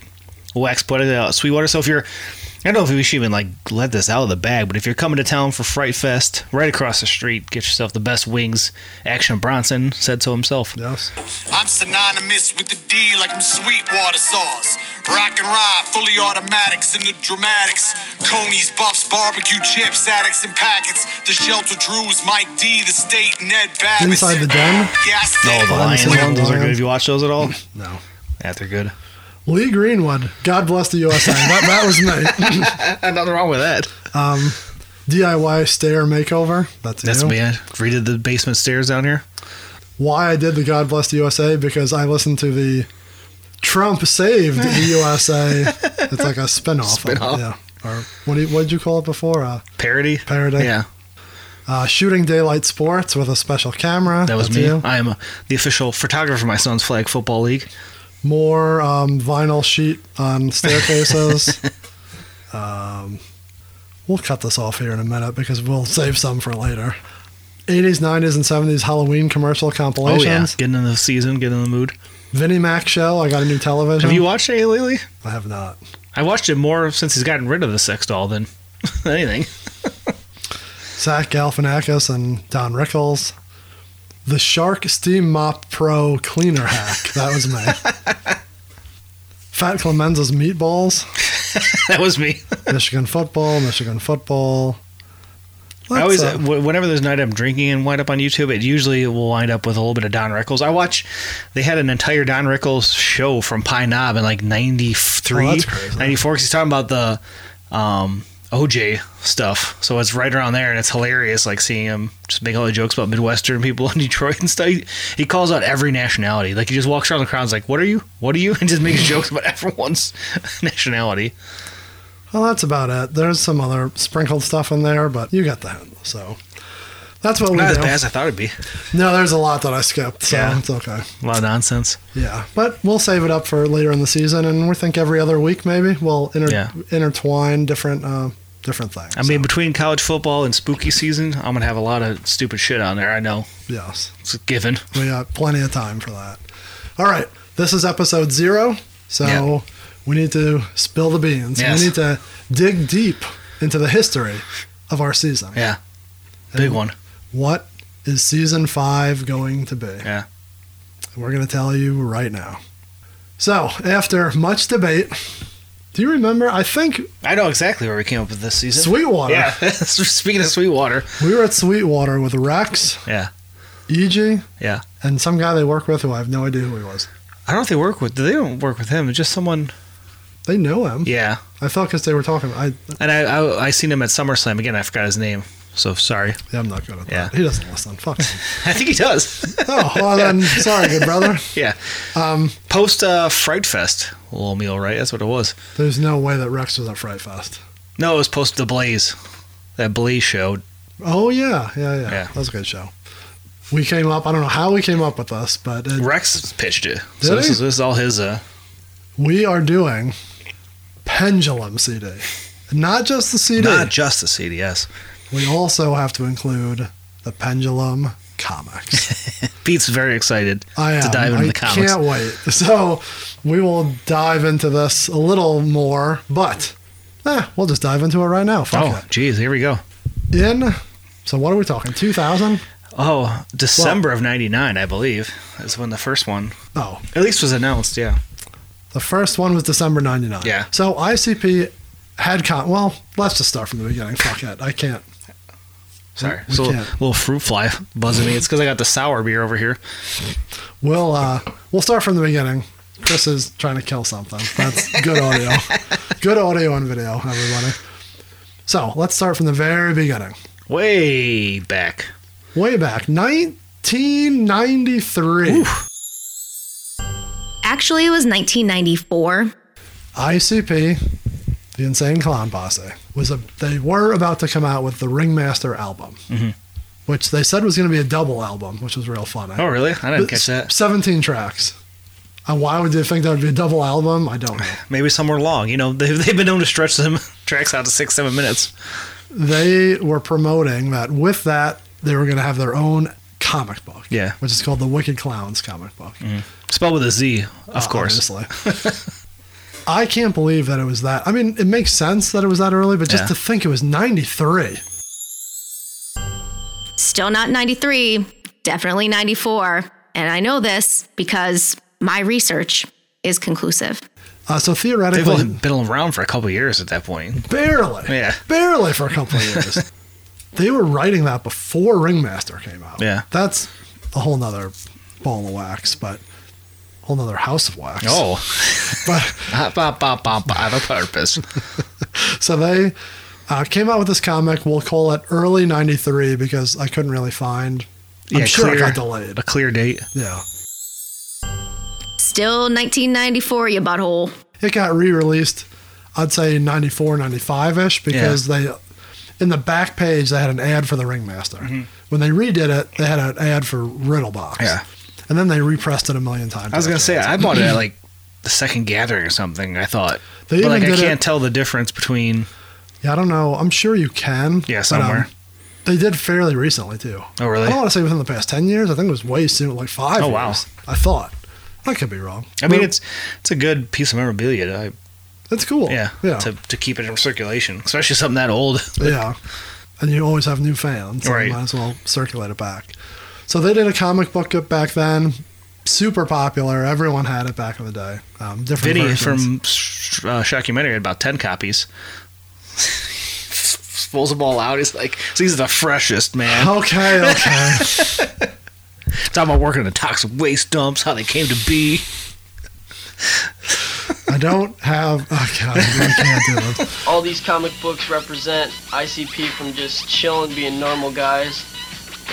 [SPEAKER 2] wax put it out Sweetwater. So if you're, I don't know if we should even like let this out of the bag, but if you're coming to town for Fright Fest, right across the street, get yourself the best wings. Action Bronson said so himself.
[SPEAKER 3] Yes.
[SPEAKER 15] I'm synonymous with the D like I'm Sweetwater sauce. Rock and ride, fully automatics in the dramatics. Coney's, Buffs, barbecue chips, addicts and packets. The shelter Drews, Mike D, the state, Ned Babbitt.
[SPEAKER 3] Inside the Den?
[SPEAKER 15] Yeah, I
[SPEAKER 2] No,
[SPEAKER 15] stay-
[SPEAKER 2] the Lions
[SPEAKER 3] Lions.
[SPEAKER 2] ones, those are good. Have you watched those at all?
[SPEAKER 3] No.
[SPEAKER 2] Yeah, they're good.
[SPEAKER 3] Lee Greenwood. God bless the USA. that, that was me.
[SPEAKER 2] Uh, Nothing wrong with that.
[SPEAKER 3] Um, DIY stair makeover. That's,
[SPEAKER 2] That's
[SPEAKER 3] you.
[SPEAKER 2] me. I redid the basement stairs down here.
[SPEAKER 3] Why I did the God bless the USA because I listened to the Trump saved the USA. It's like a spinoff.
[SPEAKER 2] Spin-off.
[SPEAKER 3] Of it, yeah. Or what did, what did you call it before? Uh,
[SPEAKER 2] Parody.
[SPEAKER 3] parody.
[SPEAKER 2] Yeah.
[SPEAKER 3] Uh, shooting daylight sports with a special camera.
[SPEAKER 2] That was
[SPEAKER 3] That's
[SPEAKER 2] me.
[SPEAKER 3] you.
[SPEAKER 2] I am uh, the official photographer for my son's flag football league.
[SPEAKER 3] More um, vinyl sheet on staircases. um, we'll cut this off here in a minute because we'll save some for later. 80s, 90s, and 70s Halloween commercial
[SPEAKER 2] Oh yeah,
[SPEAKER 3] compilations.
[SPEAKER 2] getting in the season, getting in the mood.
[SPEAKER 3] Vinnie Mac show. I got a new television.
[SPEAKER 2] Have you watched any lately?
[SPEAKER 3] I have not.
[SPEAKER 2] I watched it more since he's gotten rid of the sex doll than anything.
[SPEAKER 3] Zach Galifianakis and Don Rickles. The Shark Steam Mop Pro Cleaner Hack. That was me. Fat Clemenza's Meatballs.
[SPEAKER 2] that was me.
[SPEAKER 3] Michigan football, Michigan football.
[SPEAKER 2] I always,
[SPEAKER 3] That's, uh,
[SPEAKER 2] wh- whenever there's a night I'm drinking and wind up on YouTube, it usually will wind up with a little bit of Don Rickles. I watch, they had an entire Don Rickles show from Pine Knob in like 93,
[SPEAKER 3] Oh, that's crazy.
[SPEAKER 2] 94, 'cause he's talking about the um, OJ stuff. So it's right around there, and it's hilarious, like seeing him just make all the jokes about Midwestern people in Detroit and stuff. He, he calls out every nationality. Like he just walks around the crowd and is like, What are you? What are you? And just makes jokes about everyone's nationality.
[SPEAKER 3] Well, that's about it. There's some other sprinkled stuff in there, but you got the handle. So that's what we
[SPEAKER 2] Not as
[SPEAKER 3] do.
[SPEAKER 2] bad as I thought it'd be.
[SPEAKER 3] No, there's a lot that I skipped, so
[SPEAKER 2] Yeah.
[SPEAKER 3] it's okay.
[SPEAKER 2] A lot of nonsense.
[SPEAKER 3] Yeah, but we'll save it up for later in the season, and we think every other week maybe we'll inter-
[SPEAKER 2] Yeah.
[SPEAKER 3] intertwine different uh, different things.
[SPEAKER 2] I mean, between college football and spooky season, I'm gonna have a lot of stupid shit on there. I know
[SPEAKER 3] Yes,
[SPEAKER 2] it's a given.
[SPEAKER 3] we got plenty of time for that. All right, this is episode zero, so
[SPEAKER 2] Yeah.
[SPEAKER 3] we need to spill the beans.
[SPEAKER 2] Yes.
[SPEAKER 3] We need to dig deep into the history of our season.
[SPEAKER 2] Yeah, big
[SPEAKER 3] And
[SPEAKER 2] one.
[SPEAKER 3] What is season five going to be?
[SPEAKER 2] Yeah.
[SPEAKER 3] We're going to tell you right now. So, after much debate, do you remember? I think
[SPEAKER 2] I know exactly where we came up with this season.
[SPEAKER 3] Sweetwater.
[SPEAKER 2] Yeah. Speaking of Sweetwater.
[SPEAKER 3] we were at Sweetwater with Rex,
[SPEAKER 2] Yeah.
[SPEAKER 3] EG,
[SPEAKER 2] Yeah.
[SPEAKER 3] and some guy they work with who I have no idea who he was.
[SPEAKER 2] I don't know if they work with. They don't work with him. It's just someone.
[SPEAKER 3] They know him.
[SPEAKER 2] Yeah.
[SPEAKER 3] I felt because they were talking. I,
[SPEAKER 2] And I, I I seen him at SummerSlam again. I forgot his name. So sorry.
[SPEAKER 3] I'm not good at
[SPEAKER 2] Yeah.
[SPEAKER 3] that. He doesn't listen. Fuck him.
[SPEAKER 2] I think he does.
[SPEAKER 3] Oh, well then, sorry, good brother.
[SPEAKER 2] yeah.
[SPEAKER 3] Um,
[SPEAKER 2] Post uh, Fright Fest little meal, right? That's what it was.
[SPEAKER 3] there's no way that Rex was at Fright Fest.
[SPEAKER 2] No, it was post the Blaze, that Blaze show.
[SPEAKER 3] Oh, yeah, yeah, yeah.
[SPEAKER 2] Yeah.
[SPEAKER 3] That was a good show. We came up, I don't know how we came up with this, but it,
[SPEAKER 2] Rex pitched it.
[SPEAKER 3] Did
[SPEAKER 2] so this
[SPEAKER 3] he?
[SPEAKER 2] is, this is all his. Uh,
[SPEAKER 3] we are doing Pendulum CD. Not just the CD.
[SPEAKER 2] Not just the CDS.
[SPEAKER 3] we also have to include the Pendulum comics.
[SPEAKER 2] Pete's very excited
[SPEAKER 3] I am.
[SPEAKER 2] to dive into
[SPEAKER 3] I
[SPEAKER 2] the comics.
[SPEAKER 3] can't wait. So we will dive into this a little more, but eh, we'll just dive into it right now. Fuck
[SPEAKER 2] Oh, geez, here we go.
[SPEAKER 3] it. In, so what are we talking? 2000?
[SPEAKER 2] Oh, December of '99, I believe, is when the first one,
[SPEAKER 3] Oh,
[SPEAKER 2] at least, was announced. Yeah,
[SPEAKER 3] the first one was December 99.
[SPEAKER 2] Yeah.
[SPEAKER 3] So ICP had con. Well, let's just start from the beginning. Fuck it. I can't.
[SPEAKER 2] sorry.
[SPEAKER 3] We
[SPEAKER 2] so a
[SPEAKER 3] can't.
[SPEAKER 2] little fruit fly buzzing me. It's because I got the sour beer over here.
[SPEAKER 3] We'll uh, we'll start from the beginning. Chris is trying to kill something. That's good audio. good audio and video, everybody. So let's start from the very beginning.
[SPEAKER 2] Way back.
[SPEAKER 3] Way back, 1993.
[SPEAKER 16] Actually, it was 1994.
[SPEAKER 3] ICP, the Insane Clown Posse, was a. They were about to come out with the Ringmaster album,
[SPEAKER 2] Mhm.
[SPEAKER 3] which they said was going to be a double album, which was real funny.
[SPEAKER 2] Oh, really? I didn't
[SPEAKER 3] But
[SPEAKER 2] catch that.
[SPEAKER 3] 17 tracks. And why would they think that would be a double album? I don't know.
[SPEAKER 2] Maybe some were long. You know, they've, they've been known to stretch them tracks out to six, seven minutes.
[SPEAKER 3] They were promoting that with that, they were going to have their own comic book,
[SPEAKER 2] Yeah.
[SPEAKER 3] which is called the Wicked Clowns comic book.
[SPEAKER 2] Mm. Spelled with a Z, of
[SPEAKER 3] Uh,
[SPEAKER 2] course.
[SPEAKER 3] I can't believe that it was that. I mean, it makes sense that it was that early, but just
[SPEAKER 2] Yeah.
[SPEAKER 3] to think it was 93.
[SPEAKER 16] Still not 93, definitely 94. And I know this because my research is conclusive.
[SPEAKER 3] Uh, so
[SPEAKER 2] They've
[SPEAKER 3] theoretically,
[SPEAKER 2] only been around for a couple of years at that point.
[SPEAKER 3] barely,
[SPEAKER 2] Yeah.
[SPEAKER 3] barely for a couple of years. they were writing that before Ringmaster came out.
[SPEAKER 2] Yeah.
[SPEAKER 3] That's a whole nother ball of wax, but whole nother house of wax.
[SPEAKER 2] Oh.
[SPEAKER 3] But
[SPEAKER 2] Bop, bop, bop, bop, I have a purpose.
[SPEAKER 3] so they uh, came out with this comic. We'll call it early '93 because I couldn't really find. I'm
[SPEAKER 2] Yeah,
[SPEAKER 3] sure it
[SPEAKER 2] clear-
[SPEAKER 3] got delayed.
[SPEAKER 2] A clear date.
[SPEAKER 3] Yeah.
[SPEAKER 16] Still 1994, you butthole.
[SPEAKER 3] It got re-released. I'd say 94, 95 ish because they in the back page they had an ad for the Ringmaster.
[SPEAKER 2] Mm-hmm.
[SPEAKER 3] When they redid it, they had an ad for Riddlebox.
[SPEAKER 2] Yeah.
[SPEAKER 3] And then they repressed it a million times.
[SPEAKER 2] I was going to
[SPEAKER 3] after
[SPEAKER 2] say,
[SPEAKER 3] that.
[SPEAKER 2] I bought it at like the second gathering or something, I thought.
[SPEAKER 3] They
[SPEAKER 2] but like, I
[SPEAKER 3] even did it-
[SPEAKER 2] can't tell the difference between.
[SPEAKER 3] Yeah, I don't know. I'm sure you can.
[SPEAKER 2] Yeah,
[SPEAKER 3] but, um,
[SPEAKER 2] somewhere.
[SPEAKER 3] they did fairly recently too.
[SPEAKER 2] Oh, really?
[SPEAKER 3] I don't want to say within the past ten years. I think it was way soon, like five.
[SPEAKER 2] Oh,
[SPEAKER 3] years,
[SPEAKER 2] wow.
[SPEAKER 3] I thought. I could be wrong.
[SPEAKER 2] I mean,
[SPEAKER 3] Well,
[SPEAKER 2] it's it's a good piece of memorabilia. To,
[SPEAKER 3] it's cool.
[SPEAKER 2] yeah,
[SPEAKER 3] yeah,
[SPEAKER 2] To, to keep it in circulation, especially something that old.
[SPEAKER 3] yeah. And you always have new fans. So
[SPEAKER 2] Right.
[SPEAKER 3] You might as well circulate it back. So they did a comic book back then, super popular. Everyone had it back in the day. Um, different
[SPEAKER 2] Vinny
[SPEAKER 3] versions.
[SPEAKER 2] from uh, Shockumentary had about 10 copies. Spools them all out. He's like, these are the freshest, man.
[SPEAKER 3] Okay, okay.
[SPEAKER 2] Talking about working in the toxic waste dumps, how they came to be.
[SPEAKER 3] I don't have. Oh God, I really can't do this.
[SPEAKER 17] All these comic books represent ICP from just chilling, being normal guys,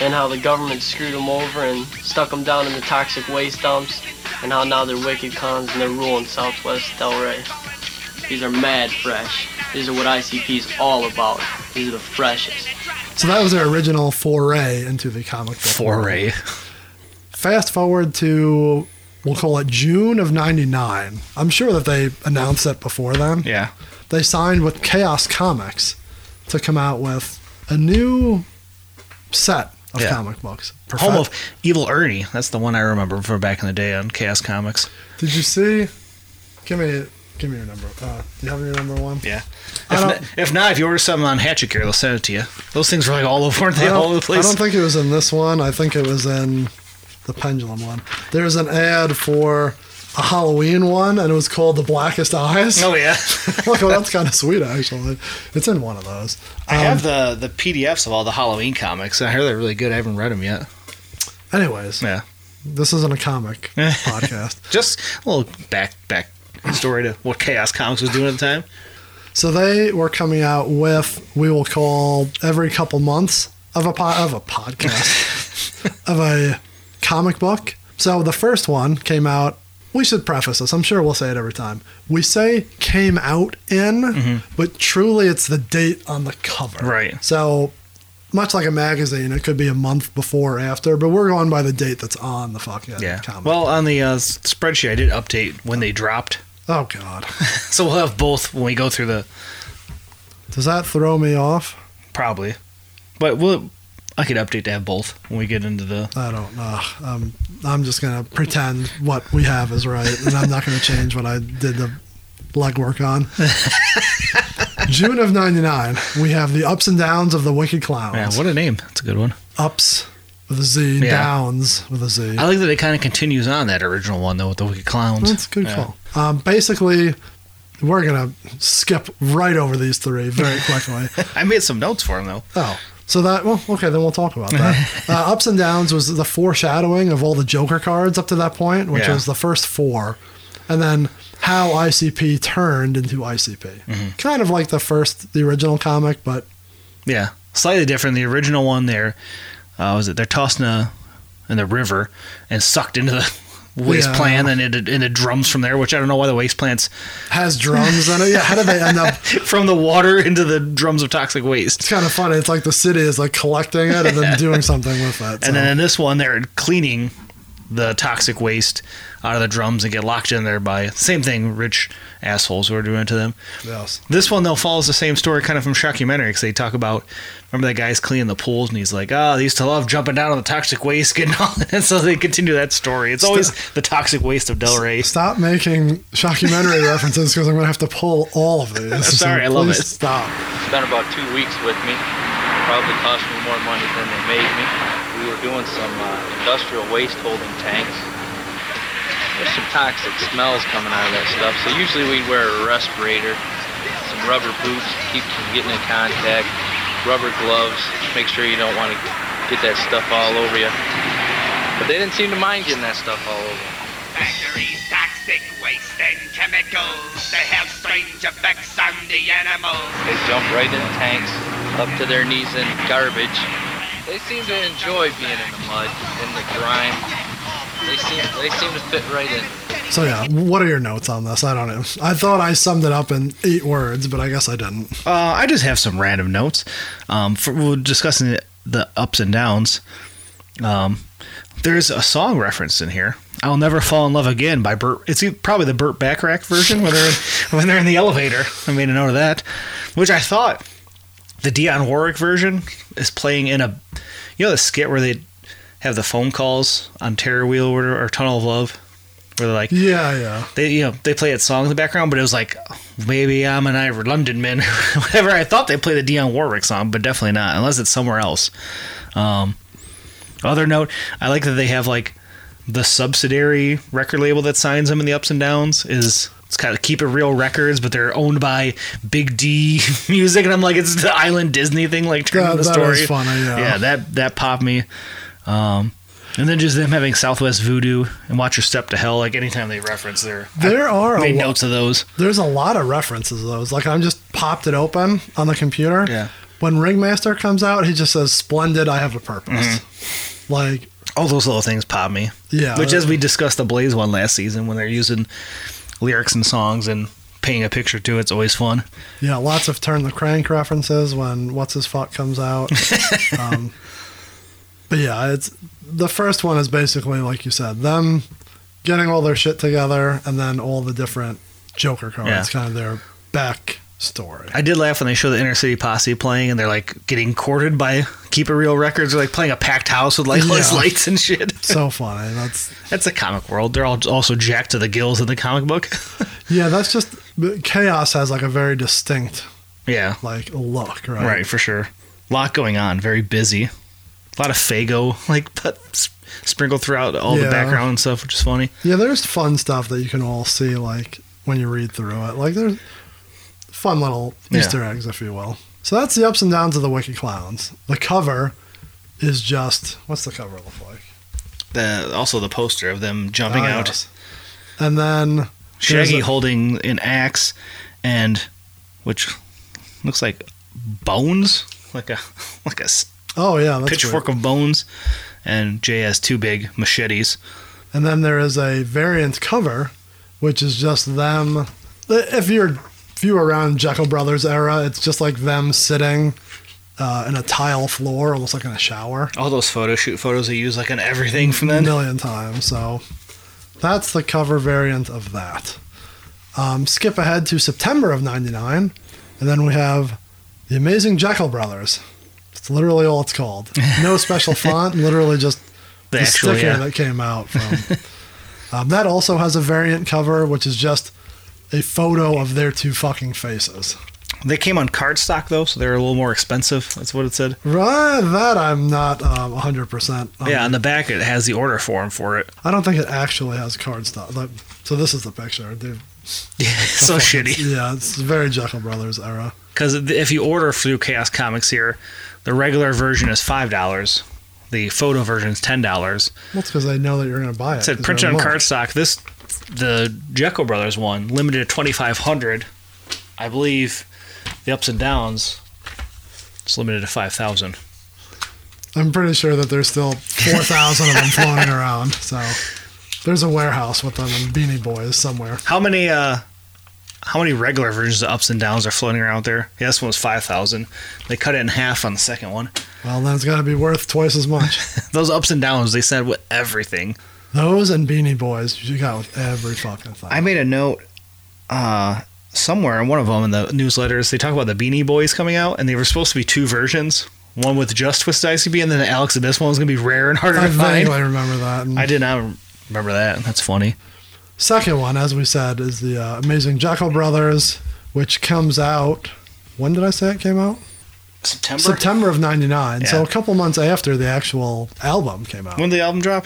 [SPEAKER 17] and how the government screwed them over and stuck them down in the toxic waste dumps, and how now they're wicked cons and they're ruling Southwest Delray. These are mad fresh. These are what ICP's all about. These are the freshest.
[SPEAKER 3] So that was their original foray into the comic book.
[SPEAKER 2] Foray.
[SPEAKER 3] Fast forward to we'll call it June of '99. I'm sure that they announced it before then.
[SPEAKER 2] Yeah.
[SPEAKER 3] They signed with Chaos Comics to come out with a new set of
[SPEAKER 2] Yeah.
[SPEAKER 3] comic books.
[SPEAKER 2] Home of Evil Ernie. That's the one I remember from back in the day on Chaos Comics.
[SPEAKER 3] Did you see? Give me, give me your number. Uh, do you have your number one?
[SPEAKER 2] Yeah. If,
[SPEAKER 3] I don't-
[SPEAKER 2] not, if not, if you order something on Hatchet Gear, they'll send it to you. Those things were like all over, weren't
[SPEAKER 3] I
[SPEAKER 2] they?
[SPEAKER 3] don't-
[SPEAKER 2] All over the place.
[SPEAKER 3] I don't think it was in this one. I think it was in the Pendulum one. There's an ad for a Halloween one, and it was called The Blackest Eyes.
[SPEAKER 2] Oh, yeah.
[SPEAKER 3] Look, well, that's kind of sweet, actually. It's in one of those.
[SPEAKER 2] I
[SPEAKER 3] Um,
[SPEAKER 2] have the, the PDFs of all the Halloween comics. I hear they're really good. I haven't read them yet.
[SPEAKER 3] Anyways,
[SPEAKER 2] Yeah.
[SPEAKER 3] this isn't a comic podcast.
[SPEAKER 2] Just a little back back story to what Chaos Comics was doing at the time.
[SPEAKER 3] So they were coming out with we will call every couple months of a po- of a podcast of a comic book. So the first one came out. We should preface this. I'm sure we'll say it every time. We say came out in, but truly it's the date on the cover.
[SPEAKER 2] Mm-hmm. Right.
[SPEAKER 3] So much like a magazine, it could be a month before or after, but we're going by the date that's on the fucking
[SPEAKER 2] Yeah.
[SPEAKER 3] comic.
[SPEAKER 2] Well, on the uh, s- spreadsheet, I did update when they dropped.
[SPEAKER 3] Oh God.
[SPEAKER 2] So we'll have both when we go through the
[SPEAKER 3] Does that throw me off?
[SPEAKER 2] probably, but we'll I could update to have both when we get into the.
[SPEAKER 3] I don't know. Um, I'm just gonna pretend what we have is right, and I'm not gonna change what I did the legwork on. June of '99, we have the ups and downs of the Wicked Clowns.
[SPEAKER 2] Yeah, what a name! That's a good one.
[SPEAKER 3] ups with a Z,
[SPEAKER 2] Yeah.
[SPEAKER 3] downs with a Z.
[SPEAKER 2] I like that it kind of continues on that original one though with the Wicked Clowns.
[SPEAKER 3] That's a good
[SPEAKER 2] Yeah.
[SPEAKER 3] call. Um, basically, we're gonna skip right over these three very quickly.
[SPEAKER 2] I made some notes for him though.
[SPEAKER 3] Oh, so that well, okay, then we'll talk about that. uh, ups and downs was the foreshadowing of all the Joker cards up to that point, which
[SPEAKER 2] Yeah.
[SPEAKER 3] was the first four, and then how ICP turned into ICP.
[SPEAKER 2] Mm-hmm.
[SPEAKER 3] Kind of like the first, the original comic, but
[SPEAKER 2] Yeah, slightly different. The original one there uh, was it? They're tossed in, a, in the river and sucked into the waste
[SPEAKER 3] Yeah.
[SPEAKER 2] plant, and it and it drums from there. Which I don't know why the waste plants
[SPEAKER 3] has drums in it. Yeah, how did they end up?
[SPEAKER 2] from the water into the drums of toxic waste.
[SPEAKER 3] It's kind of funny. It's like the city is like collecting it and then doing something with it. So.
[SPEAKER 2] And then in this one, they're cleaning the toxic waste out of the drums and get locked in there by same thing rich assholes were doing to them.
[SPEAKER 3] Yes.
[SPEAKER 2] This one though follows the same story kind of from Shockumentary because they talk about remember that guy's cleaning the pools and he's like, ah, they used to love jumping down on the toxic waste, getting all and so they continue that story. It's always the toxic waste of Del Rey.
[SPEAKER 3] Stop making shockumentary references because I'm going to have to pull all of these.
[SPEAKER 2] Sorry, I love
[SPEAKER 3] please
[SPEAKER 2] it.
[SPEAKER 3] Stop.
[SPEAKER 18] Spent about two weeks with me. Probably cost me more money than they made me. We were doing some uh, industrial waste holding tanks. There's some toxic smells coming out of that stuff. So usually we'd wear a respirator, some rubber boots, to keep from getting in contact, rubber gloves, make sure you don't want to get that stuff all over you. But they didn't seem to mind getting that stuff all over.
[SPEAKER 19] Factories, toxic waste and chemicals. They have strange effects on the animals.
[SPEAKER 18] They jump right in tanks, up to their knees in garbage. They seem to enjoy being in the mud, in the grime. They seem they seem to fit right in.
[SPEAKER 3] So yeah, what are your notes on this? I don't know. I thought I summed it up in eight words, but I guess I didn't.
[SPEAKER 2] Uh, I just have some random notes. Um, for, we're discussing the ups and downs. Um, there's a song reference in here. "I'll Never Fall in Love Again" by Burt. It's e- probably the Burt Bacharach version when they're in, when they're in the elevator. I made a note of that, which I thought the Dionne Warwick version is playing in a you know the skit where they have the phone calls on Terror Wheel or, whatever, or Tunnel of Love, where they're like,
[SPEAKER 3] yeah, yeah.
[SPEAKER 2] they you know they play that song in the background, but it was like maybe I'm an Ivor London man, whatever. I thought they played the Dion Warwick song, but definitely not, unless it's somewhere else. Um, other note, I like that they have like the subsidiary record label that signs them in the ups and downs is. It's kind of keep it real records, but they're owned by Big D Music, and I'm like, it's the Island Disney thing, like turning
[SPEAKER 3] That-
[SPEAKER 2] the
[SPEAKER 3] that
[SPEAKER 2] story.
[SPEAKER 3] is funny, yeah.
[SPEAKER 2] that that popped me. Um, and then just them having Southwest Voodoo and Watch Your Step to Hell, like anytime they reference their
[SPEAKER 3] There are a
[SPEAKER 2] made
[SPEAKER 3] lo-
[SPEAKER 2] notes of those.
[SPEAKER 3] There's a lot of references of those. Like I'm just popped it open on the computer.
[SPEAKER 2] Yeah.
[SPEAKER 3] When Ringmaster comes out, he just says, "Splendid, I have a purpose." Like
[SPEAKER 2] all those little things pop me.
[SPEAKER 3] Yeah.
[SPEAKER 2] Which, as we discussed the Blaze one last season, when they're using lyrics and songs and painting a picture to it, it's always fun.
[SPEAKER 3] Yeah, lots of turn the crank references when what's his fuck comes out. um, but yeah, it's the first one is basically like you said, them getting all their shit together and then all the different Joker cards,
[SPEAKER 2] Yeah.
[SPEAKER 3] kind of their back story.
[SPEAKER 2] I did laugh when they show the inner city posse playing and they're like getting courted by Keep It Real Records. They're like playing a packed house with like all these
[SPEAKER 3] Yeah.
[SPEAKER 2] lights and shit.
[SPEAKER 3] So funny. That's
[SPEAKER 2] That's a comic world. They're all also jacked to the gills in the comic book.
[SPEAKER 3] yeah, that's just but chaos has like a very distinct
[SPEAKER 2] yeah.
[SPEAKER 3] like look, right?
[SPEAKER 2] Right, for sure. A lot going on, very busy. A lot of Fago like put, s- sprinkled throughout all
[SPEAKER 3] Yeah.
[SPEAKER 2] the background and stuff, which is funny.
[SPEAKER 3] Yeah, there's fun stuff that you can all see like when you read through it. Like there's fun little
[SPEAKER 2] Yeah.
[SPEAKER 3] Easter eggs, if you will. So that's the ups and downs of the Wiki Clowns. The cover is just what's the cover look like?
[SPEAKER 2] The also the poster of them jumping
[SPEAKER 3] Ah,
[SPEAKER 2] out.
[SPEAKER 3] yes. And then
[SPEAKER 2] Shaggy
[SPEAKER 3] there's a-
[SPEAKER 2] holding an axe and which looks like bones, like a like a s-
[SPEAKER 3] oh yeah, that's
[SPEAKER 2] pitchfork
[SPEAKER 3] weird.
[SPEAKER 2] of bones, and Jay has two big machetes.
[SPEAKER 3] And then there is a variant cover, which is just them. If you're if you were around Jekyll Brothers era, it's just like them sitting uh, in a tile floor, almost like in a shower.
[SPEAKER 2] All those photo shoot photos they use like on everything from then.
[SPEAKER 3] a million times. So that's the cover variant of that. Um, skip ahead to September of '99, and then we have the Amazing Jekyll Brothers. It's literally all it's called. No special font, literally just
[SPEAKER 2] The
[SPEAKER 3] the,
[SPEAKER 2] actual,
[SPEAKER 3] sticker
[SPEAKER 2] yeah.
[SPEAKER 3] that came out from. um, that also has a variant cover, which is just a photo of their two fucking faces.
[SPEAKER 2] They came on cardstock though, so they're a little more expensive. That's what it said.
[SPEAKER 3] Right, that I'm not um, 100%. on.
[SPEAKER 2] yeah, on the back it has the order form for it.
[SPEAKER 3] I don't think it actually has card stuff. Like, so this is the picture. They've
[SPEAKER 2] so shitty.
[SPEAKER 3] Yeah, it's very Jekyll Brothers era.
[SPEAKER 2] Because if you order through Chaos Comics here, the regular version is five dollars, the photo version is ten dollars,
[SPEAKER 3] That's because they know that you're going to buy it.
[SPEAKER 2] It said
[SPEAKER 3] 'cause
[SPEAKER 2] printed
[SPEAKER 3] they're
[SPEAKER 2] on
[SPEAKER 3] low.
[SPEAKER 2] cardstock. This, the Jekyll Brothers one, limited to 2,500. I believe the ups and downs, it's limited to 5,000.
[SPEAKER 3] I'm pretty sure that there's still 4,000 of them floating around. So there's a warehouse with them and Beanie Boys somewhere.
[SPEAKER 2] How many, uh, how many regular versions of ups and downs are floating around there? Yeah, this one was 5,000. They cut it in half on the second one.
[SPEAKER 3] Well, then it's going to be worth twice as much.
[SPEAKER 2] Those ups and downs, they said with everything.
[SPEAKER 3] Those and Beanie Boys, you got like every fucking thing.
[SPEAKER 2] I made a note uh, somewhere in one of them in the newsletters. They talk about the Beanie Boys coming out, and they were supposed to be two versions. One with just Twisted ICB, and then the Alex Abyss one was going to be rare and harder
[SPEAKER 3] I
[SPEAKER 2] to find.
[SPEAKER 3] vaguely remember that. and-
[SPEAKER 2] I did not remember that. That's funny.
[SPEAKER 3] Second one, as we said, is the uh, Amazing Jekyll Brothers, which comes out. When did I say it came out?
[SPEAKER 2] September.
[SPEAKER 3] September of '99. So a couple months after the actual album came out.
[SPEAKER 2] When did the album drop?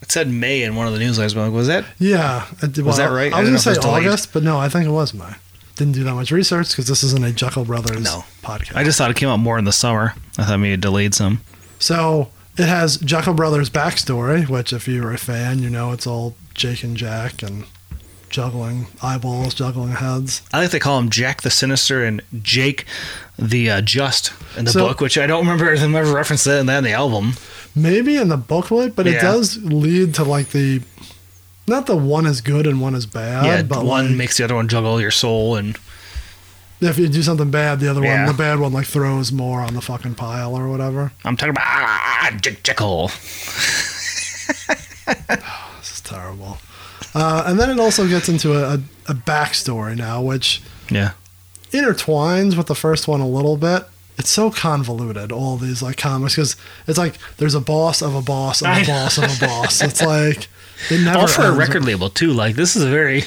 [SPEAKER 2] It said May in one of the newsletters. But I'm like, was that?
[SPEAKER 3] Yeah, I did-
[SPEAKER 2] Was that right?
[SPEAKER 3] I
[SPEAKER 2] I
[SPEAKER 3] was
[SPEAKER 2] didn't
[SPEAKER 3] gonna
[SPEAKER 2] know if it
[SPEAKER 3] say
[SPEAKER 2] was delayed.
[SPEAKER 3] August, but no, I think it was May. Didn't do that much research because this isn't a Jekyll Brothers podcast.
[SPEAKER 2] I just thought it came out more in the summer. I thought maybe it delayed some.
[SPEAKER 3] So it has Jekyll Brothers backstory, which if you were a fan, you know it's all Jake and Jack and juggling eyeballs, juggling heads.
[SPEAKER 2] I think they call him Jack the Sinister and Jake the uh, Just in the
[SPEAKER 3] So-
[SPEAKER 2] book, which I don't remember them ever referenced that in, that in the album.
[SPEAKER 3] Maybe in the booklet, but
[SPEAKER 2] Yeah.
[SPEAKER 3] it does lead to like the not the one is good and one is bad,
[SPEAKER 2] yeah,
[SPEAKER 3] but
[SPEAKER 2] one
[SPEAKER 3] like,
[SPEAKER 2] makes the other one juggle your soul, and
[SPEAKER 3] if you do something bad, the other
[SPEAKER 2] Yeah.
[SPEAKER 3] one, the bad one, like throws more on the fucking pile or whatever.
[SPEAKER 2] I'm talking about ah, Jack Jekyll.
[SPEAKER 3] This is terrible. Uh, and then it also gets into a, a, a backstory now, which
[SPEAKER 2] Yeah.
[SPEAKER 3] intertwines with the first one a little bit. It's so convoluted, all these like comics, because it's like there's a boss of a boss of
[SPEAKER 2] I
[SPEAKER 3] a
[SPEAKER 2] know.
[SPEAKER 3] boss of a boss. It's like it never
[SPEAKER 2] All for a
[SPEAKER 3] ends.
[SPEAKER 2] record label too. Like this is a very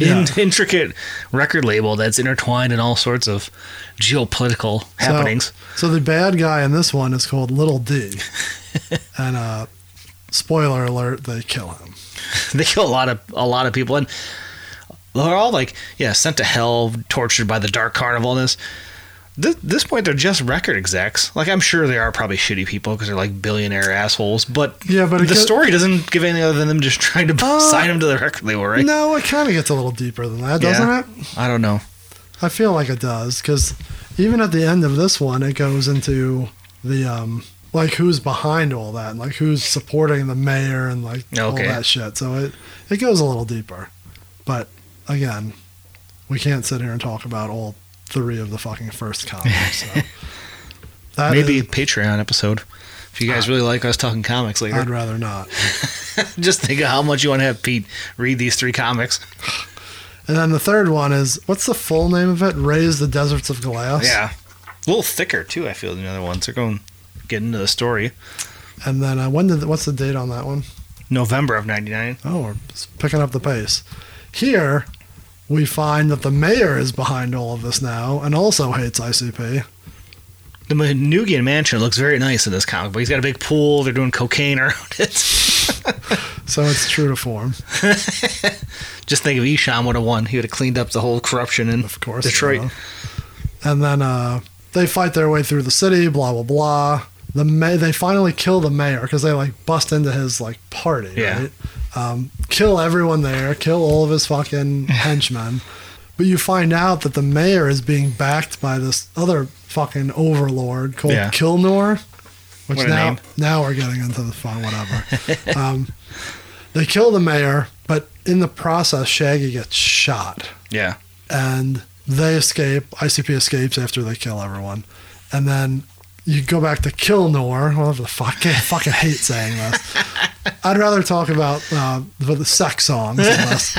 [SPEAKER 2] in- intricate record label that's intertwined in all sorts of geopolitical
[SPEAKER 3] So-
[SPEAKER 2] happenings.
[SPEAKER 3] So, the bad guy in this one is called Little D, and uh, spoiler alert, they kill him.
[SPEAKER 2] they kill a lot of a lot of people and they're all like yeah sent to hell tortured by the dark carnival and this this, this point they're just record execs like i'm sure they are probably shitty people because they're like billionaire assholes but
[SPEAKER 3] Yeah, but it
[SPEAKER 2] the
[SPEAKER 3] get-
[SPEAKER 2] story doesn't give anything other than them just trying to
[SPEAKER 3] Uh,
[SPEAKER 2] sign them to the record label right
[SPEAKER 3] No, it kind of gets a little deeper than that, doesn't
[SPEAKER 2] Yeah.
[SPEAKER 3] it?
[SPEAKER 2] i don't know
[SPEAKER 3] I feel like it does because even at the end of this one, it goes into the um like who's behind all that, and like who's supporting the mayor and like all
[SPEAKER 2] Okay.
[SPEAKER 3] that shit. So it it goes a little deeper, but again, we can't sit here and talk about all three of the fucking first comics. So That
[SPEAKER 2] maybe
[SPEAKER 3] is-
[SPEAKER 2] a patreon episode if you
[SPEAKER 3] Uh,
[SPEAKER 2] guys really like us talking comics later
[SPEAKER 3] I'd rather not.
[SPEAKER 2] just think of how much you want to have pete read these three comics
[SPEAKER 3] And then the third one is what's the full name of it? Raise the deserts of glass.
[SPEAKER 2] yeah a little thicker too i feel than the other ones they're going getting into the story
[SPEAKER 3] And then uh, when did what's the date on that one?
[SPEAKER 2] november of 99
[SPEAKER 3] Oh, we're picking up the pace. Here, we find that the mayor is behind all of this now and also hates ICP.
[SPEAKER 2] The Manugian mansion looks very nice in this comic book. He's got a big pool. They're doing cocaine around it.
[SPEAKER 3] So it's true to form.
[SPEAKER 2] Just think if Isham would have won, he would have cleaned up the whole corruption in of
[SPEAKER 3] course,
[SPEAKER 2] Detroit.
[SPEAKER 3] you know. And then uh, they fight their way through the city, blah, blah, blah. The ma- they finally kill the mayor because they like bust into his like party,
[SPEAKER 2] Yeah.
[SPEAKER 3] right? Um, kill everyone there, kill all of his fucking henchmen. But you find out that the mayor is being backed by this other fucking overlord called
[SPEAKER 2] Yeah.
[SPEAKER 3] Kilnor. Which
[SPEAKER 2] What a
[SPEAKER 3] now
[SPEAKER 2] name.
[SPEAKER 3] now we're getting into the fun, whatever. um, they kill the mayor, but in the process, Shaggy gets shot,
[SPEAKER 2] Yeah.
[SPEAKER 3] and they escape. ICP escapes after they kill everyone, and then you go back to Kilnor. Whatever the fuck, I fucking hate saying this. I'd rather talk about uh, the the sex songs than this.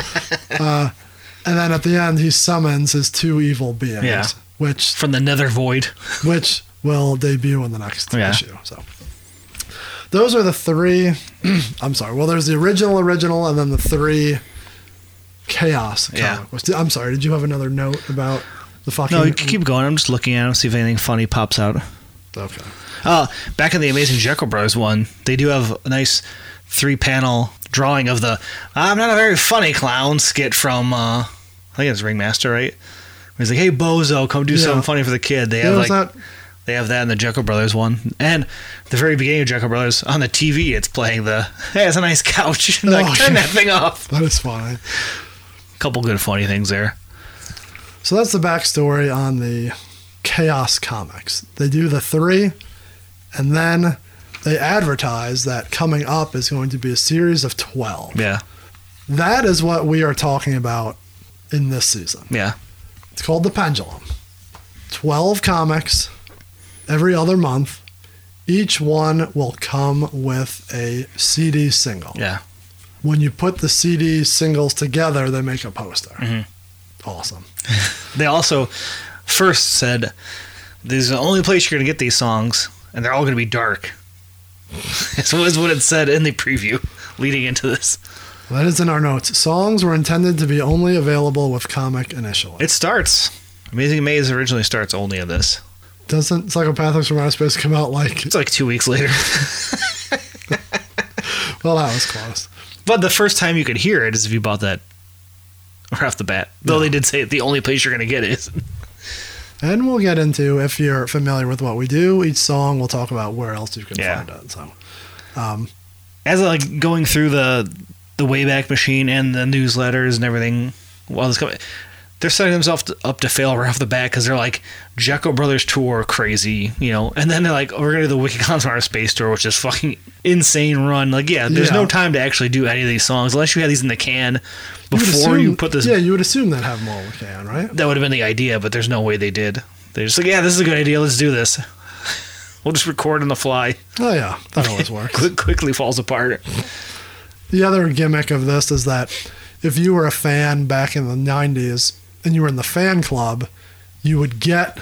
[SPEAKER 3] Uh, and then at the end, he summons his two evil beings,
[SPEAKER 2] Yeah.
[SPEAKER 3] which
[SPEAKER 2] From the nether void.
[SPEAKER 3] which will debut in the next
[SPEAKER 2] Yeah.
[SPEAKER 3] issue. So those are the three. I'm sorry. Well, there's the original, original, and then the three chaos.
[SPEAKER 2] Yeah.
[SPEAKER 3] Comic books. I'm sorry. Did you have another note about the fucking?
[SPEAKER 2] No, you can keep going. I'm just looking at him, see if anything funny pops out.
[SPEAKER 3] Okay.
[SPEAKER 2] Uh, back in the Amazing Jekyll Bros one, they do have a nice three panel drawing of the I'm not a very funny clown skit from, uh, I think it's Ringmaster, right? Where He's like, hey, Bozo, come do
[SPEAKER 3] Yeah.
[SPEAKER 2] something funny for the kid. They
[SPEAKER 3] Yeah,
[SPEAKER 2] have
[SPEAKER 3] was
[SPEAKER 2] like. They have that in the Jekyll Brothers one, and the very beginning of Jekyll Brothers on the TV, it's playing the "Hey, it's a nice couch." like,
[SPEAKER 3] Oh,
[SPEAKER 2] turn
[SPEAKER 3] yeah.
[SPEAKER 2] that thing off.
[SPEAKER 3] That is fine.
[SPEAKER 2] Couple good funny things there.
[SPEAKER 3] So that's the backstory on the Chaos Comics. They do the three, and then they advertise that coming up is going to be a series of 12.
[SPEAKER 2] Yeah,
[SPEAKER 3] That is what we are talking about in this season.
[SPEAKER 2] yeah,
[SPEAKER 3] It's called The Pendulum. 12 comics every other month. Each one will come with a CD single.
[SPEAKER 2] Yeah.
[SPEAKER 3] When you put the CD singles together, they make a poster.
[SPEAKER 2] Mm-hmm.
[SPEAKER 3] Awesome.
[SPEAKER 2] They also first said, "This is the only place you're going to get these songs, and they're all going to be dark." this was what it said in the preview leading into this.
[SPEAKER 3] That is in our notes. Songs were intended to be only available with comic initials.
[SPEAKER 2] It starts. Amazing Maze originally starts only in this.
[SPEAKER 3] Doesn't Psychopathics from Outer Space come out like?
[SPEAKER 2] It's like two weeks later.
[SPEAKER 3] well, that was close.
[SPEAKER 2] But the first time you could hear it is if you bought that right off the bat. Though they did say the only place you're going to get it is.
[SPEAKER 3] And we'll get into if you're familiar with what we do. Each song, we'll talk about where else you can find it. So, um,
[SPEAKER 2] as I like going through the the Wayback Machine and the newsletters and everything, while this coming, they're setting themselves to- up to fail right off the bat because they're like Jekyll Brothers tour crazy, you know, and then they're like oh, we're gonna do the Wikicons from Outer Space tour, which is fucking insane run. Like, yeah, there's
[SPEAKER 3] Yeah.
[SPEAKER 2] no time to actually do any of these songs unless you had these in the can before
[SPEAKER 3] would
[SPEAKER 2] you,
[SPEAKER 3] assume-
[SPEAKER 2] put this.
[SPEAKER 3] Yeah, you would assume that have more with can, right?
[SPEAKER 2] That would have been the idea, but there's no way they did. They're just like, yeah, this is a good idea. Let's do this. We'll just record on the fly.
[SPEAKER 3] Oh yeah, that always works.
[SPEAKER 2] Quick- quickly falls apart.
[SPEAKER 3] The other gimmick of this is that if you were a fan back in the 90s and you were in the fan club, you would get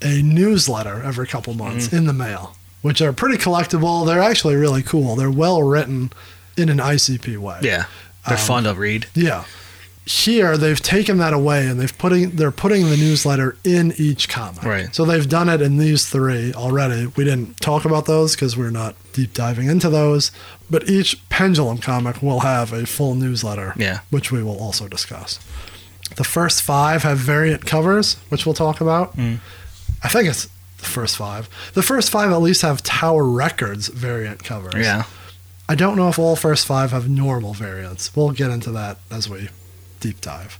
[SPEAKER 3] a newsletter every couple months in the mail, which are pretty collectible. They're actually really cool. They're well written in an ICP way.
[SPEAKER 2] Yeah, they're
[SPEAKER 3] Um,
[SPEAKER 2] fun to read.
[SPEAKER 3] Yeah. Here they've taken that away and they've putting they're putting the newsletter in each comic.
[SPEAKER 2] Right.
[SPEAKER 3] So they've done it in these three already. We didn't talk about those because we're not deep diving into those. But each Pendulum comic will have a full newsletter.
[SPEAKER 2] Yeah.
[SPEAKER 3] Which we will also discuss. The first five have variant covers, which we'll talk about.
[SPEAKER 2] Mm.
[SPEAKER 3] I think it's the first five. The first five at least have Tower Records variant covers.
[SPEAKER 2] Yeah.
[SPEAKER 3] I don't know if all first five have normal variants. We'll get into that as we deep dive.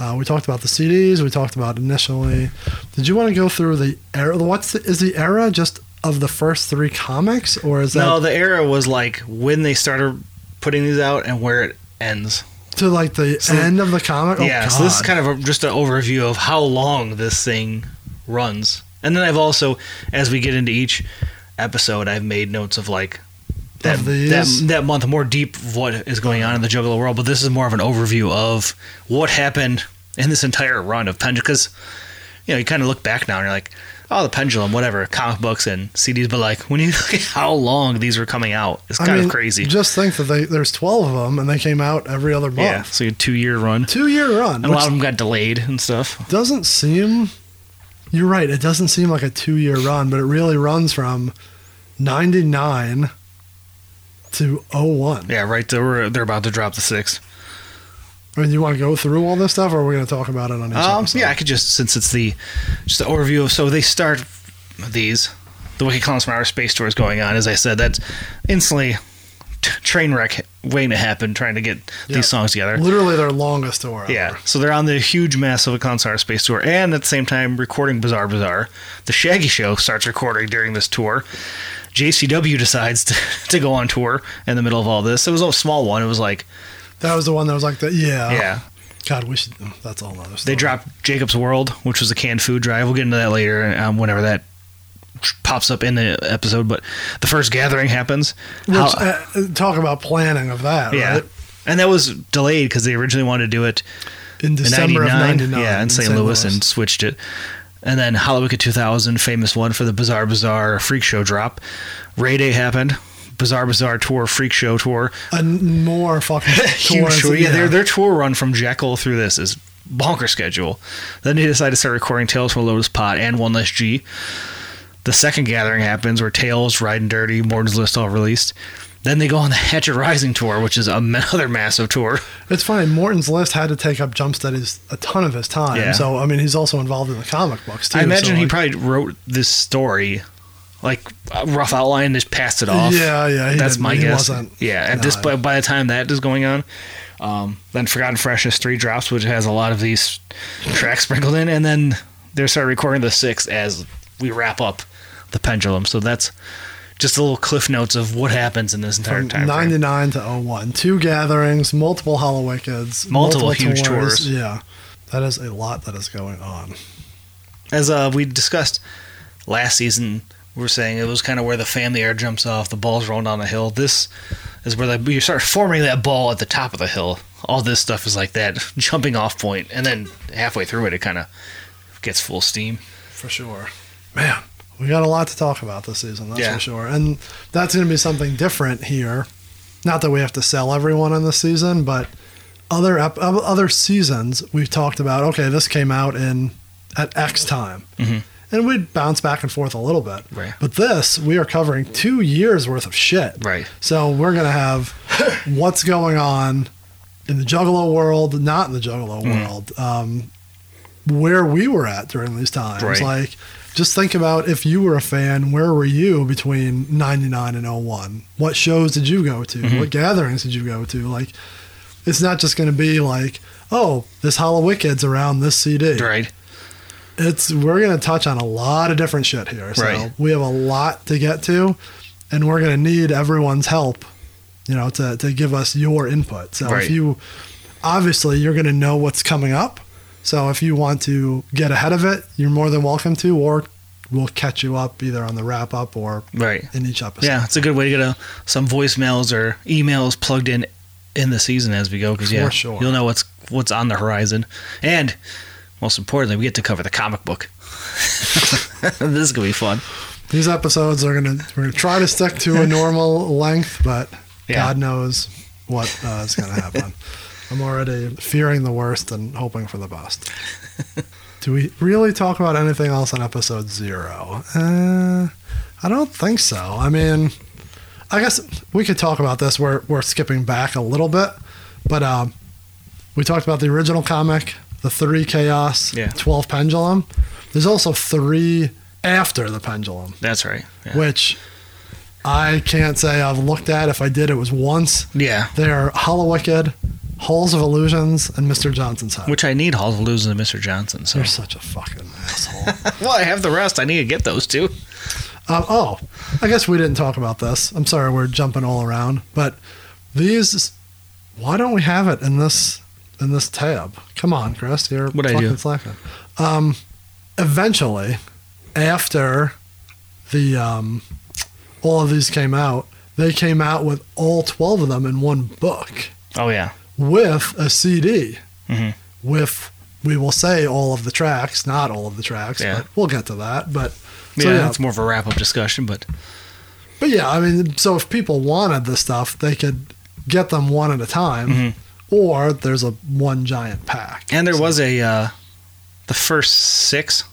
[SPEAKER 3] Uh, we talked about the CDs. We talked about initially. Did you want to go through the era? What's the, is the era just of the first three comics, or is that
[SPEAKER 2] no, the era was like when they started putting these out and where it ends.
[SPEAKER 3] to like the
[SPEAKER 2] So-
[SPEAKER 3] end of the comic? Oh,
[SPEAKER 2] yeah, so this is
[SPEAKER 3] God.
[SPEAKER 2] kind of a, just an overview of how long this thing runs. And then I've also, as we get into each episode, I've made notes of like that
[SPEAKER 3] Of
[SPEAKER 2] that,
[SPEAKER 3] these?
[SPEAKER 2] that month more deep of what is going on in the Juggalo world. But this is more of an overview of what happened in this entire run of Pendulum. Because you know, you kind of look back now and you're like, oh, the Pendulum, whatever, comic books and CDs. But like when you look at how long these were coming out, it's
[SPEAKER 3] I
[SPEAKER 2] kind
[SPEAKER 3] mean,
[SPEAKER 2] of crazy.
[SPEAKER 3] Just think that they, there's 12 of them, and they came out every other month.
[SPEAKER 2] yeah, so you had two year run,
[SPEAKER 3] Two year run.
[SPEAKER 2] and a lot
[SPEAKER 3] which-
[SPEAKER 2] of them got delayed and stuff.
[SPEAKER 3] doesn't seem you're right it doesn't seem like a two year run but it really runs from 99 to 01
[SPEAKER 2] Yeah, right. They were they're about to drop the six.
[SPEAKER 3] i mean you want to go through all this stuff or are we going to talk about it on each
[SPEAKER 2] Um,
[SPEAKER 3] episode
[SPEAKER 2] yeah, I could just since it's the just the overview of so they start these the Wicked Clowns from Outer Space tour is going on. As I said, that's instantly t- train wreck waiting to happen. Trying to get
[SPEAKER 3] Yeah.
[SPEAKER 2] these songs together.
[SPEAKER 3] literally their longest tour ever.
[SPEAKER 2] Yeah, so they're on the huge mass of a concert space tour, and at the same time recording Bizarre Bizarre. The Shaggy Show starts recording during this tour. JCW decides to, to go on tour in the middle of all this. It was a small one. It was like
[SPEAKER 3] that was the one that was like that yeah
[SPEAKER 2] yeah,
[SPEAKER 3] god we should mm, that's all another story.
[SPEAKER 2] They dropped Jacob's World, which was a canned food drive. We'll get into that later, um, whenever that tr- pops up in the episode. But the first gathering happens.
[SPEAKER 3] Which,
[SPEAKER 2] How-
[SPEAKER 3] uh, talk about planning of that
[SPEAKER 2] yeah,
[SPEAKER 3] right?
[SPEAKER 2] and that was delayed because they originally wanted to do it
[SPEAKER 3] in december of 99
[SPEAKER 2] Yeah, in, St. Louis, and switched it. And then Hollywood 2000, famous one for the Bizarre Bizarre Freak Show drop. Ray Day happened. Bizarre Bizarre tour, Freak Show tour.
[SPEAKER 3] a more fucking
[SPEAKER 2] huge
[SPEAKER 3] tours,
[SPEAKER 2] tour. Yeah, their their tour run from Jekyll through this is bonker schedule. Then they decide to start recording Tales from a Lotus Pot and One Less G. The second gathering happens where Tales, Riding Dirty, Morton's List all released. Then they go on the Hatchet Rising tour, which is another massive tour.
[SPEAKER 3] It's funny. Morton's list had to take up Jumpsteady's a ton of his time.
[SPEAKER 2] Yeah.
[SPEAKER 3] So I mean, he's also involved in the comic books too.
[SPEAKER 2] I imagine
[SPEAKER 3] so,
[SPEAKER 2] he
[SPEAKER 3] like,
[SPEAKER 2] probably wrote this story, like a rough outline, just passed it off.
[SPEAKER 3] Yeah, yeah, he
[SPEAKER 2] that's
[SPEAKER 3] didn't-
[SPEAKER 2] my
[SPEAKER 3] he
[SPEAKER 2] guess.
[SPEAKER 3] wasn't- uh,
[SPEAKER 2] yeah, at this
[SPEAKER 3] no.
[SPEAKER 2] by, by the time that is going on, um, then Forgotten Freshness three drops, which has a lot of these tracks sprinkled in, and then they start recording the sixth as we wrap up the pendulum. So that's just a little cliff notes of what happens in this entire
[SPEAKER 3] from
[SPEAKER 2] time. frame.
[SPEAKER 3] 99 to 01. Two gatherings, multiple Hollow Wickeds,
[SPEAKER 2] Multiple huge tours.
[SPEAKER 3] Yeah. That is a lot that is going on.
[SPEAKER 2] as uh, we discussed last season, we were saying it was kind of where the family air jumps off, the ball's rolling down the hill. This is where the, you start forming that ball at the top of the hill. All this stuff is like that jumping off point, and then halfway through it, it kind of gets full steam.
[SPEAKER 3] For sure. Man, we got a lot to talk about this season, that's
[SPEAKER 2] Yeah.
[SPEAKER 3] for sure. And that's going to be something different here. Not that we have to sell everyone on this season, but other ep- o- other seasons we've talked about. Okay, this came out in at X time,
[SPEAKER 2] Mhm.
[SPEAKER 3] and we'd bounce back and forth a little bit.
[SPEAKER 2] Right.
[SPEAKER 3] But this, we are covering two years worth of shit.
[SPEAKER 2] Right.
[SPEAKER 3] So we're gonna have what's going on in the Juggalo world, not in the Juggalo
[SPEAKER 2] Mhm.
[SPEAKER 3] world, um, where we were at during these times.
[SPEAKER 2] Right.
[SPEAKER 3] Like, just think about if you were a fan, where were you between '99 and 01? What shows did you go to?
[SPEAKER 2] Mhm.
[SPEAKER 3] What gatherings did you go to? Like, it's not just gonna be like, oh, this Hollow Wicked's around this CD.
[SPEAKER 2] Right.
[SPEAKER 3] It's we're gonna touch on a lot of different shit here. So
[SPEAKER 2] Right.
[SPEAKER 3] we have a lot to get to, and we're gonna need everyone's help, you know, to to give us your input. So
[SPEAKER 2] Right.
[SPEAKER 3] if you obviously you're gonna know what's coming up. So if you want to get ahead of it, you're more than welcome to, or we'll catch you up either on the wrap up or
[SPEAKER 2] Right.
[SPEAKER 3] in each episode.
[SPEAKER 2] Yeah, it's a good way to get a, some voicemails or emails plugged in in the season as we go because yeah,
[SPEAKER 3] For sure.
[SPEAKER 2] you'll know what's what's on the horizon, and most importantly, we get to cover the comic book. this is gonna be fun.
[SPEAKER 3] These episodes are gonna we're gonna try to stick to a normal length, but
[SPEAKER 2] Yeah.
[SPEAKER 3] God knows what uh, is gonna happen. I'm already fearing the worst and hoping for the best. Do we really talk about anything else on episode zero? Uh, I don't think so. I mean, I guess we could talk about this. We're we're skipping back a little bit, but um, we talked about the original comic, the three chaos,
[SPEAKER 2] Yeah.
[SPEAKER 3] twelve pendulum. There's also three after the pendulum
[SPEAKER 2] That's right. Yeah.
[SPEAKER 3] which I can't say I've looked at. If I did, it was once.
[SPEAKER 2] Yeah.
[SPEAKER 3] They are Hollow Wicked, Halls of Illusions, and Mr. Johnson's House.
[SPEAKER 2] Which I need Hall of Losing to Mr. Johnson. So.
[SPEAKER 3] You're such a fucking asshole.
[SPEAKER 2] well, I have the rest. I need to get those too.
[SPEAKER 3] Um, oh, I guess we didn't talk about this. I'm sorry, we're jumping all around, but these. Why don't we have it in this in this tab? Come on, Chris, you're
[SPEAKER 2] What'd I
[SPEAKER 3] fucking
[SPEAKER 2] do?
[SPEAKER 3] slacking. Um, eventually, after the um, all of these came out, they came out with all twelve of them in one book
[SPEAKER 2] Oh yeah.
[SPEAKER 3] with a CD
[SPEAKER 2] Mm-hmm.
[SPEAKER 3] with we will say all of the tracks, not all of the tracks,
[SPEAKER 2] Yeah.
[SPEAKER 3] but we'll get to that. But so,
[SPEAKER 2] yeah, that's more of a wrap up discussion, but
[SPEAKER 3] But yeah, I mean, so if people wanted this stuff, they could get them one at a time, or there's a one giant pack.
[SPEAKER 2] Mm-hmm. and there was a uh, the first six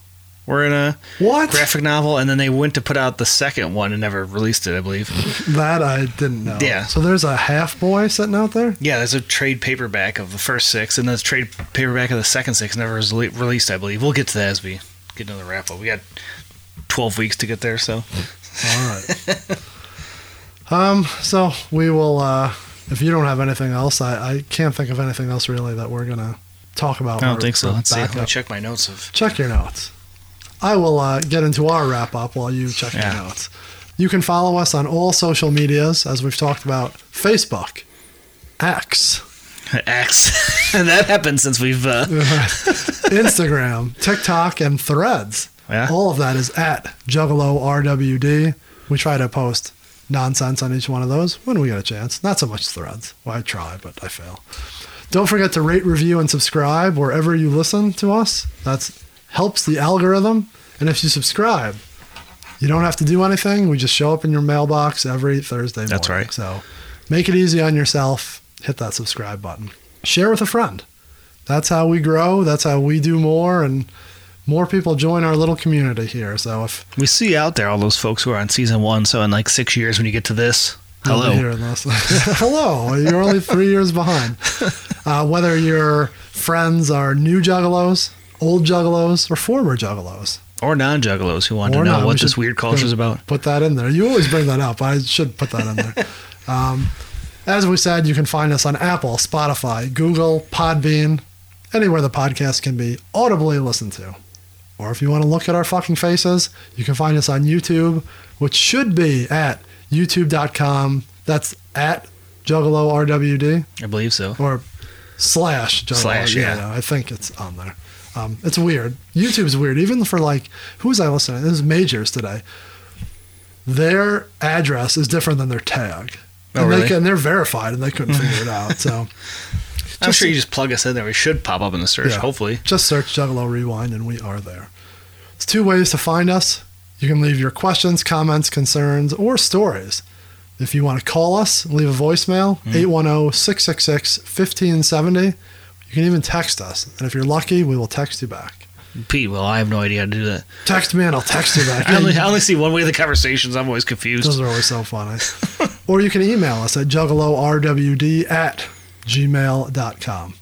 [SPEAKER 2] were in a
[SPEAKER 3] What
[SPEAKER 2] graphic novel, and then they went to put out the second one and never released it, I believe.
[SPEAKER 3] That I didn't know.
[SPEAKER 2] Yeah.
[SPEAKER 3] So there's a half boy sitting out there.
[SPEAKER 2] Yeah, there's a trade paperback of the first six, and there's a trade paperback of the second six never was le- released, I believe. We'll get to that as we get another wrap up. We got 12 weeks to get there, so.
[SPEAKER 3] All right. um. So we will. uh If you don't have anything else, I I can't think of anything else really that we're gonna talk about.
[SPEAKER 2] I don't
[SPEAKER 3] or-
[SPEAKER 2] think so.
[SPEAKER 3] or
[SPEAKER 2] Let's see.
[SPEAKER 3] back
[SPEAKER 2] Let me
[SPEAKER 3] up.
[SPEAKER 2] check my notes of.
[SPEAKER 3] Check your notes. I will uh, get into our wrap up while you check
[SPEAKER 2] Yeah.
[SPEAKER 3] your notes. You can follow us on all social medias, as we've talked about Facebook, X,
[SPEAKER 2] X. and that happened since we've. Uh,
[SPEAKER 3] Instagram, TikTok, and Threads. All of that is at Juggalo RWD. We try to post nonsense on each one of those when we get a chance. Not so much Threads. Well, I try, but I fail. Don't forget to rate, review, and subscribe wherever you listen to us. That helps the algorithm. And if you subscribe, you don't have to do anything. We just show up in your mailbox every Thursday morning.
[SPEAKER 2] That's right.
[SPEAKER 3] So make it easy on yourself. Hit that subscribe button. Share with a friend. That's how we grow. That's how we do more. And more people join our little community here. So if
[SPEAKER 2] we see out there all those folks who are on season one, so in like six years when you get to this,
[SPEAKER 3] you'll be
[SPEAKER 2] hello.
[SPEAKER 3] hearing this- hello. You're only three years behind. Uh, whether your friends are new juggalos, old juggalos, or former juggalos.
[SPEAKER 2] Or non juggalos who want
[SPEAKER 3] Or
[SPEAKER 2] to know
[SPEAKER 3] not, we
[SPEAKER 2] what this
[SPEAKER 3] should
[SPEAKER 2] weird culture is about.
[SPEAKER 3] Put that in there. You always bring that up. I should put that in there. Um, as we said, you can find us on Apple, Spotify, Google, Podbean, anywhere the podcast can be audibly listened to. Or if you want to look at our fucking faces, you can find us on YouTube, which should be at youtube.com. That's at Juggalo RWD
[SPEAKER 2] I believe so.
[SPEAKER 3] or slash Juggalo.
[SPEAKER 2] Slash, yeah.
[SPEAKER 3] I think it's on there. Um, it's weird. YouTube's weird. Even for like, who was I listening? to? This is Majors today. their address is different than their tag.
[SPEAKER 2] Oh,
[SPEAKER 3] and,
[SPEAKER 2] really?
[SPEAKER 3] they, can- and they're verified, and they couldn't figure it out. So
[SPEAKER 2] I'm sure you just plug us in there. We should pop up in the search,
[SPEAKER 3] Yeah.
[SPEAKER 2] hopefully.
[SPEAKER 3] Just search Juggalo Rewind and we are there. It's two ways to find us. You can leave your questions, comments, concerns, or stories. If you want to call us, leave a voicemail, 810 666 1570. You can even text us. And if you're lucky, we will text you back.
[SPEAKER 2] Pete, well, I have no idea how to do that.
[SPEAKER 3] Text me and I'll text you back.
[SPEAKER 2] I only, I only see one way of the conversations. I'm always confused.
[SPEAKER 3] Those are always so funny. or you can email us at juggalorwd at gmail.com.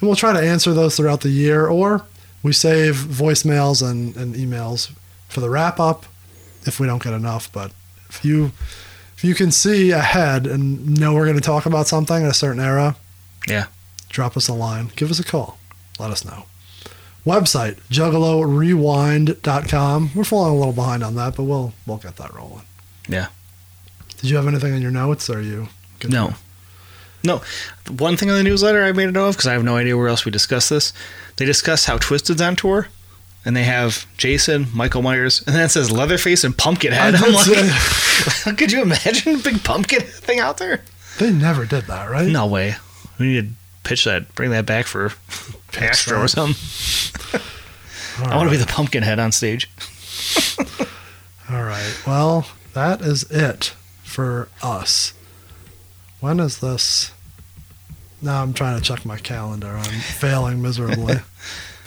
[SPEAKER 3] And we'll try to answer those throughout the year, or we save voicemails and, and emails for the wrap up if we don't get enough. But if you if you can see ahead and know we're going to talk about something in a certain era,
[SPEAKER 2] Yeah.
[SPEAKER 3] drop us a line, give us a call, let us know. Website, juggalorewind.com. We're falling a little behind on that, but we'll we'll get that rolling.
[SPEAKER 2] Yeah.
[SPEAKER 3] Did you have anything in your notes? Or are you
[SPEAKER 2] No. No. One thing on the newsletter I made a note of because I have no idea where else we discussed this. They discussed how Twisted's on tour, and they have Jason, Michael Myers, and then it says Leatherface and Pumpkinhead.
[SPEAKER 3] I
[SPEAKER 2] I'm
[SPEAKER 3] did
[SPEAKER 2] like, could you imagine a big pumpkin thing out there?
[SPEAKER 3] They never did that, right?
[SPEAKER 2] No way. We need to pitch that, bring that back for Astro or
[SPEAKER 3] that.
[SPEAKER 2] something.
[SPEAKER 3] All
[SPEAKER 2] I want to be
[SPEAKER 3] right.
[SPEAKER 2] the Pumpkinhead on stage.
[SPEAKER 3] All right. Well, that is it for us. When is this? Now I'm trying to check my calendar. I'm failing miserably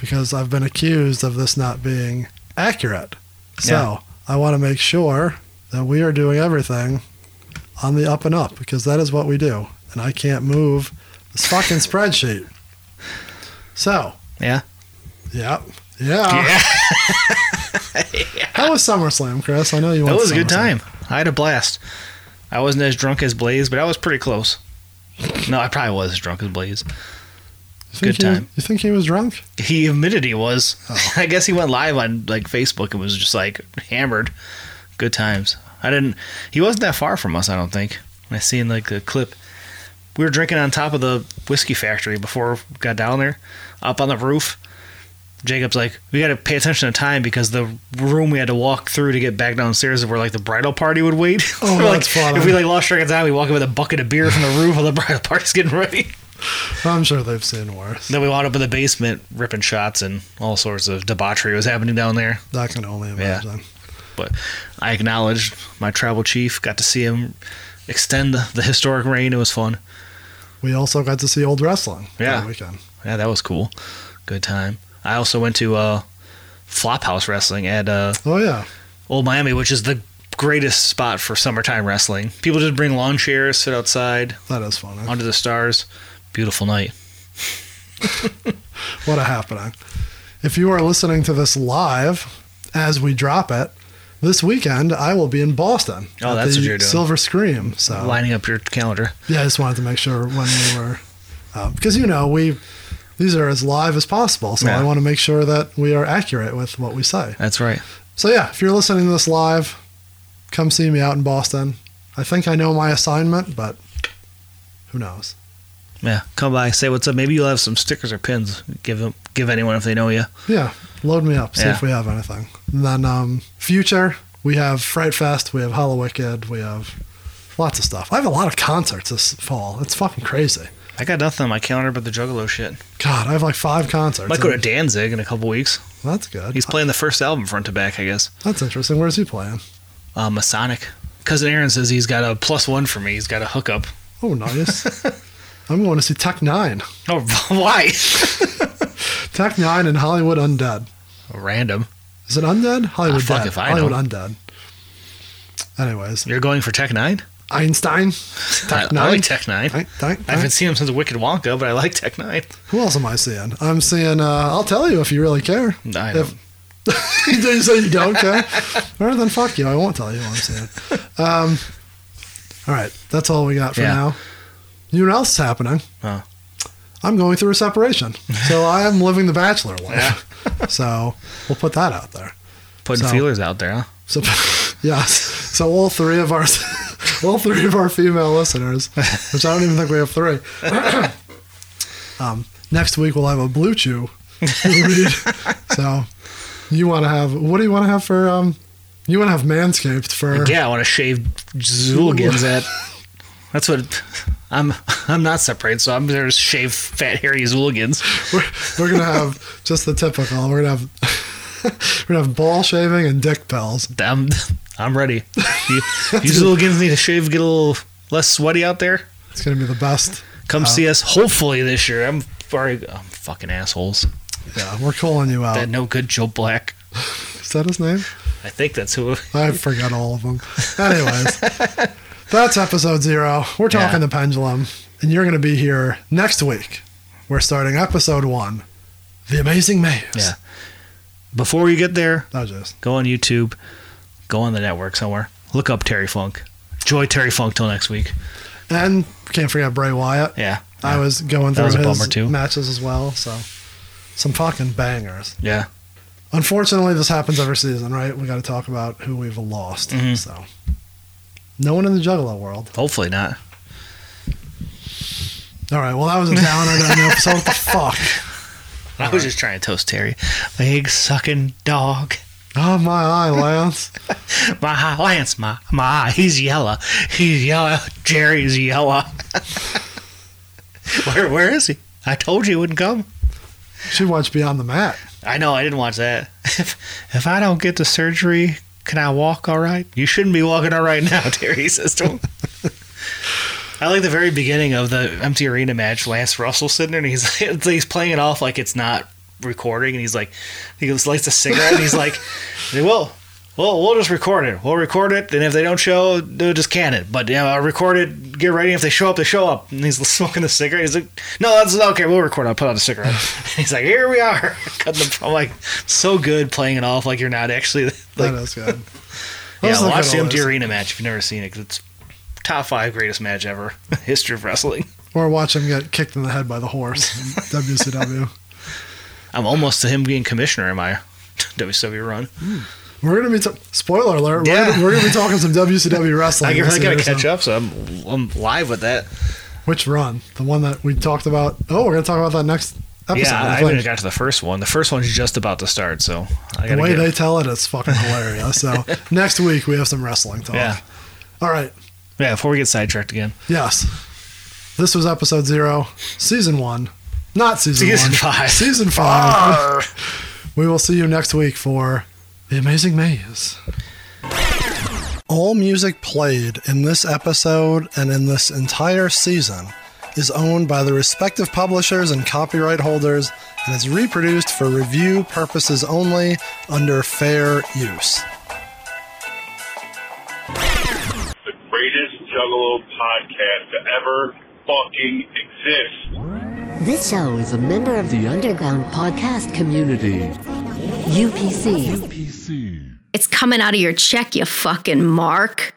[SPEAKER 3] because I've been accused of this not being accurate. So
[SPEAKER 2] Yeah.
[SPEAKER 3] I want to make sure that we are doing everything on the up and up because that is what we do. And I can't move this fucking spreadsheet. So,
[SPEAKER 2] Yeah.
[SPEAKER 3] yeah. Yeah. How was SummerSlam, Chris? I know you
[SPEAKER 2] That
[SPEAKER 3] went to
[SPEAKER 2] was a good
[SPEAKER 3] SummerSlam.
[SPEAKER 2] time. I had a blast. I wasn't as drunk as Blaze, but I was pretty close. No, I probably was as drunk as Blaze.
[SPEAKER 3] Think
[SPEAKER 2] Good
[SPEAKER 3] he-
[SPEAKER 2] time.
[SPEAKER 3] You think he was drunk?
[SPEAKER 2] He admitted he was. I guess he went live on like Facebook and was just like hammered. Good times. I didn't. He wasn't that far from us. I don't think. I seen like the clip. We were drinking on top of the whiskey factory before we got down there, up on the roof. Jacob's like, we got to pay attention to time because the room we had to walk through to get back downstairs is where like the bridal party would wait.
[SPEAKER 3] Oh,
[SPEAKER 2] We're like,
[SPEAKER 3] that's funny.
[SPEAKER 2] If we like lost track of time, we walk up with a bucket of beer from the roof while the bridal party's getting ready.
[SPEAKER 3] I'm sure they've seen worse.
[SPEAKER 2] Then we wound up in the basement ripping shots and all sorts of debauchery was happening down there.
[SPEAKER 3] I can only imagine.
[SPEAKER 2] But I acknowledged my travel chief, got to see him extend the, the historic reign. It was fun.
[SPEAKER 3] We also got to see old wrestling.
[SPEAKER 2] Yeah.
[SPEAKER 3] that weekend.
[SPEAKER 2] Yeah, that was cool. Good time. I also went to uh, Flophouse Wrestling at uh,
[SPEAKER 3] Oh yeah,
[SPEAKER 2] Old Miami, which is the greatest spot for summertime wrestling. People just bring lawn chairs, sit outside
[SPEAKER 3] that is funny.
[SPEAKER 2] under the stars. Beautiful night.
[SPEAKER 3] What a happening! If you are listening to this live as we drop it this weekend, I will be in Boston.
[SPEAKER 2] Oh,
[SPEAKER 3] at
[SPEAKER 2] that's
[SPEAKER 3] the
[SPEAKER 2] what you're doing.
[SPEAKER 3] Silver Scream. So
[SPEAKER 2] Lining up your calendar.
[SPEAKER 3] Yeah, I just wanted to make sure when we were, uh, because you know we, these are as live as possible, so
[SPEAKER 2] Yeah.
[SPEAKER 3] I want to make sure that we are accurate with what we say.
[SPEAKER 2] That's right.
[SPEAKER 3] So yeah, if you're listening to this live, come see me out in Boston. I think I know my assignment, but who knows?
[SPEAKER 2] Yeah, come by, say what's up. Maybe you'll have some stickers or pins. Give them, give anyone if they know you.
[SPEAKER 3] Yeah, load me up, see
[SPEAKER 2] Yeah.
[SPEAKER 3] if we have anything. And then um, future, we have Fright Fest, we have Hollow Wicked, we have lots of stuff. I have a lot of concerts this fall. It's fucking crazy.
[SPEAKER 2] I got nothing on my calendar but the Juggalo shit.
[SPEAKER 3] God, I have like five concerts.
[SPEAKER 2] Might go to
[SPEAKER 3] and-
[SPEAKER 2] Danzig in a couple weeks.
[SPEAKER 3] That's good.
[SPEAKER 2] He's playing the first album front to back, I guess.
[SPEAKER 3] That's interesting. Where's he playing?
[SPEAKER 2] Uh, Masonic. Cousin Aaron says he's got a plus one for me. He's got a hookup.
[SPEAKER 3] Oh, nice. I'm going to see Tech Nine.
[SPEAKER 2] Oh, why?
[SPEAKER 3] Tech Nine and Hollywood Undead.
[SPEAKER 2] Random.
[SPEAKER 3] Is it Undead? Hollywood
[SPEAKER 2] Ah, fuck
[SPEAKER 3] Dead.
[SPEAKER 2] if I
[SPEAKER 3] Hollywood
[SPEAKER 2] know.
[SPEAKER 3] Undead. Anyways,
[SPEAKER 2] You're going for Tech Nine?
[SPEAKER 3] Einstein.
[SPEAKER 2] I,
[SPEAKER 3] Tech
[SPEAKER 2] I
[SPEAKER 3] Nine.
[SPEAKER 2] like Tech Nine.
[SPEAKER 3] Tech
[SPEAKER 2] I haven't seen him since Wicked Wonka, but I like Tech Nine.
[SPEAKER 3] Who else am I seeing? I'm seeing. Uh, I'll tell you if you really care.
[SPEAKER 2] I
[SPEAKER 3] If- you say you don't care. All right, then fuck you. I won't tell you what I'm seeing. Um, all right, that's all we got for
[SPEAKER 2] Yeah.
[SPEAKER 3] now. You know what else is happening?
[SPEAKER 2] Huh.
[SPEAKER 3] I'm going through a separation, so I am living the bachelor
[SPEAKER 2] Yeah.
[SPEAKER 3] life. So we'll put that out there.
[SPEAKER 2] Putting
[SPEAKER 3] So-
[SPEAKER 2] feelers out there, huh?
[SPEAKER 3] So, yes. So all three of our, all three of our female listeners, which I don't even think we have three. um, next week we'll have a blue chew. to read. so, you want to have? What do you want to have for um, You want to have manscaped for?
[SPEAKER 2] Yeah, I want to shave Zulgan's at. That's what I'm. I'm not separated, so I'm there to shave fat hairy Zulgans.
[SPEAKER 3] We're gonna have just the typical. We're gonna have we're gonna have ball shaving and dick pills.
[SPEAKER 2] I'm I'm ready. You, you Zulgans need to shave, get a little less sweaty out there.
[SPEAKER 3] It's gonna be the best.
[SPEAKER 2] Come
[SPEAKER 3] Uh,
[SPEAKER 2] see us, hopefully this year. I'm sorry, I'm fucking assholes.
[SPEAKER 3] Yeah, we're calling you out.
[SPEAKER 2] That no good Joe Black.
[SPEAKER 3] Is that his name?
[SPEAKER 2] I think that's who.
[SPEAKER 3] I forgot all of them. Anyways, that's episode zero. We're talking the pendulum, and you're going to be here next week. We're starting episode one, the Amazing Maze.
[SPEAKER 2] Yeah. Before you get there,
[SPEAKER 3] Digest.
[SPEAKER 2] go on YouTube, go on the network somewhere, look up Terry Funk. Enjoy Terry Funk till next week.
[SPEAKER 3] And can't forget Bray Wyatt.
[SPEAKER 2] Yeah.
[SPEAKER 3] I was going
[SPEAKER 2] That
[SPEAKER 3] through
[SPEAKER 2] was a
[SPEAKER 3] his
[SPEAKER 2] bummer, too.
[SPEAKER 3] matches as well, so some fucking bangers.
[SPEAKER 2] Yeah.
[SPEAKER 3] Unfortunately, this happens every season, right? We got to talk about who we've lost.
[SPEAKER 2] Mhm.
[SPEAKER 3] So, no one in the Juggalo world.
[SPEAKER 2] Hopefully not.
[SPEAKER 3] All right. Well, that was a downer. on the episode. What the fuck?
[SPEAKER 2] I was just trying to toast Terry. Egg sucking dog.
[SPEAKER 3] Oh my eye, Lance.
[SPEAKER 2] my eye, Lance, my my eye. He's yellow. He's yellow. Jerry's yellow. where where is he? I told you he wouldn't come.
[SPEAKER 3] Should watch Beyond the Mat.
[SPEAKER 2] I know, I didn't watch that. If if I don't get the surgery, can I walk all right? You shouldn't be walking all right now, Terry says to him. I like the very beginning of the empty arena match. Lance Russell sitting there, and he's it's like he's playing it off like it's not recording, and he's like he goes lights a cigarette, and he's like, "Well, well, we'll just record it. We'll record it, and if they don't show, they'll just can it. But you know, I'll record it. Get ready. If they show up, they show up." And he's smoking the cigarette. He's like, "No, that's okay. We'll record. it. I'll put out a cigarette." And he's like, "Here we are." Cutting the, I'm like, so good playing it off like you're not actually. Like,
[SPEAKER 3] that is good. Those
[SPEAKER 2] yeah,
[SPEAKER 3] are the
[SPEAKER 2] watch
[SPEAKER 3] good
[SPEAKER 2] the empty
[SPEAKER 3] ones.
[SPEAKER 2] arena match if you've never seen it 'cause it's top five greatest match ever history of wrestling.
[SPEAKER 3] Or watch him get kicked in the head by the horse. in WCW.
[SPEAKER 2] I'm almost to him being commissioner in my WCW E run.
[SPEAKER 3] We're gonna be t- spoiler alert. We're,
[SPEAKER 2] Yeah.
[SPEAKER 3] gonna, we're gonna be talking some WCW wrestling.
[SPEAKER 2] I
[SPEAKER 3] this
[SPEAKER 2] really gotta
[SPEAKER 3] year, so-
[SPEAKER 2] catch up, so I'm I'm live with that.
[SPEAKER 3] Which run? The one that we talked about. Oh, we're gonna talk about that next episode.
[SPEAKER 2] yeah, I
[SPEAKER 3] I
[SPEAKER 2] haven't
[SPEAKER 3] think.
[SPEAKER 2] got to the first one. The first one's just about to start, so I
[SPEAKER 3] the
[SPEAKER 2] gotta
[SPEAKER 3] way
[SPEAKER 2] get.
[SPEAKER 3] they tell it is fucking hilarious. So next week we have some wrestling talk.
[SPEAKER 2] yeah,
[SPEAKER 3] All right.
[SPEAKER 2] yeah. Before we get sidetracked again,
[SPEAKER 3] Yes. This was episode zero, season one, not season,
[SPEAKER 2] Season
[SPEAKER 3] one,
[SPEAKER 2] five. Ah.
[SPEAKER 3] season
[SPEAKER 2] Arr.
[SPEAKER 3] five. we will see you next week for the Amazing Maze. All music played in this episode and in this entire season is owned by the respective publishers and copyright holders and is reproduced for review purposes only under fair use.
[SPEAKER 5] the greatest Juggalo podcast to ever fucking exist.
[SPEAKER 20] This show is a member of the underground podcast community. UPC.
[SPEAKER 16] It's coming out of your check, you fucking mark.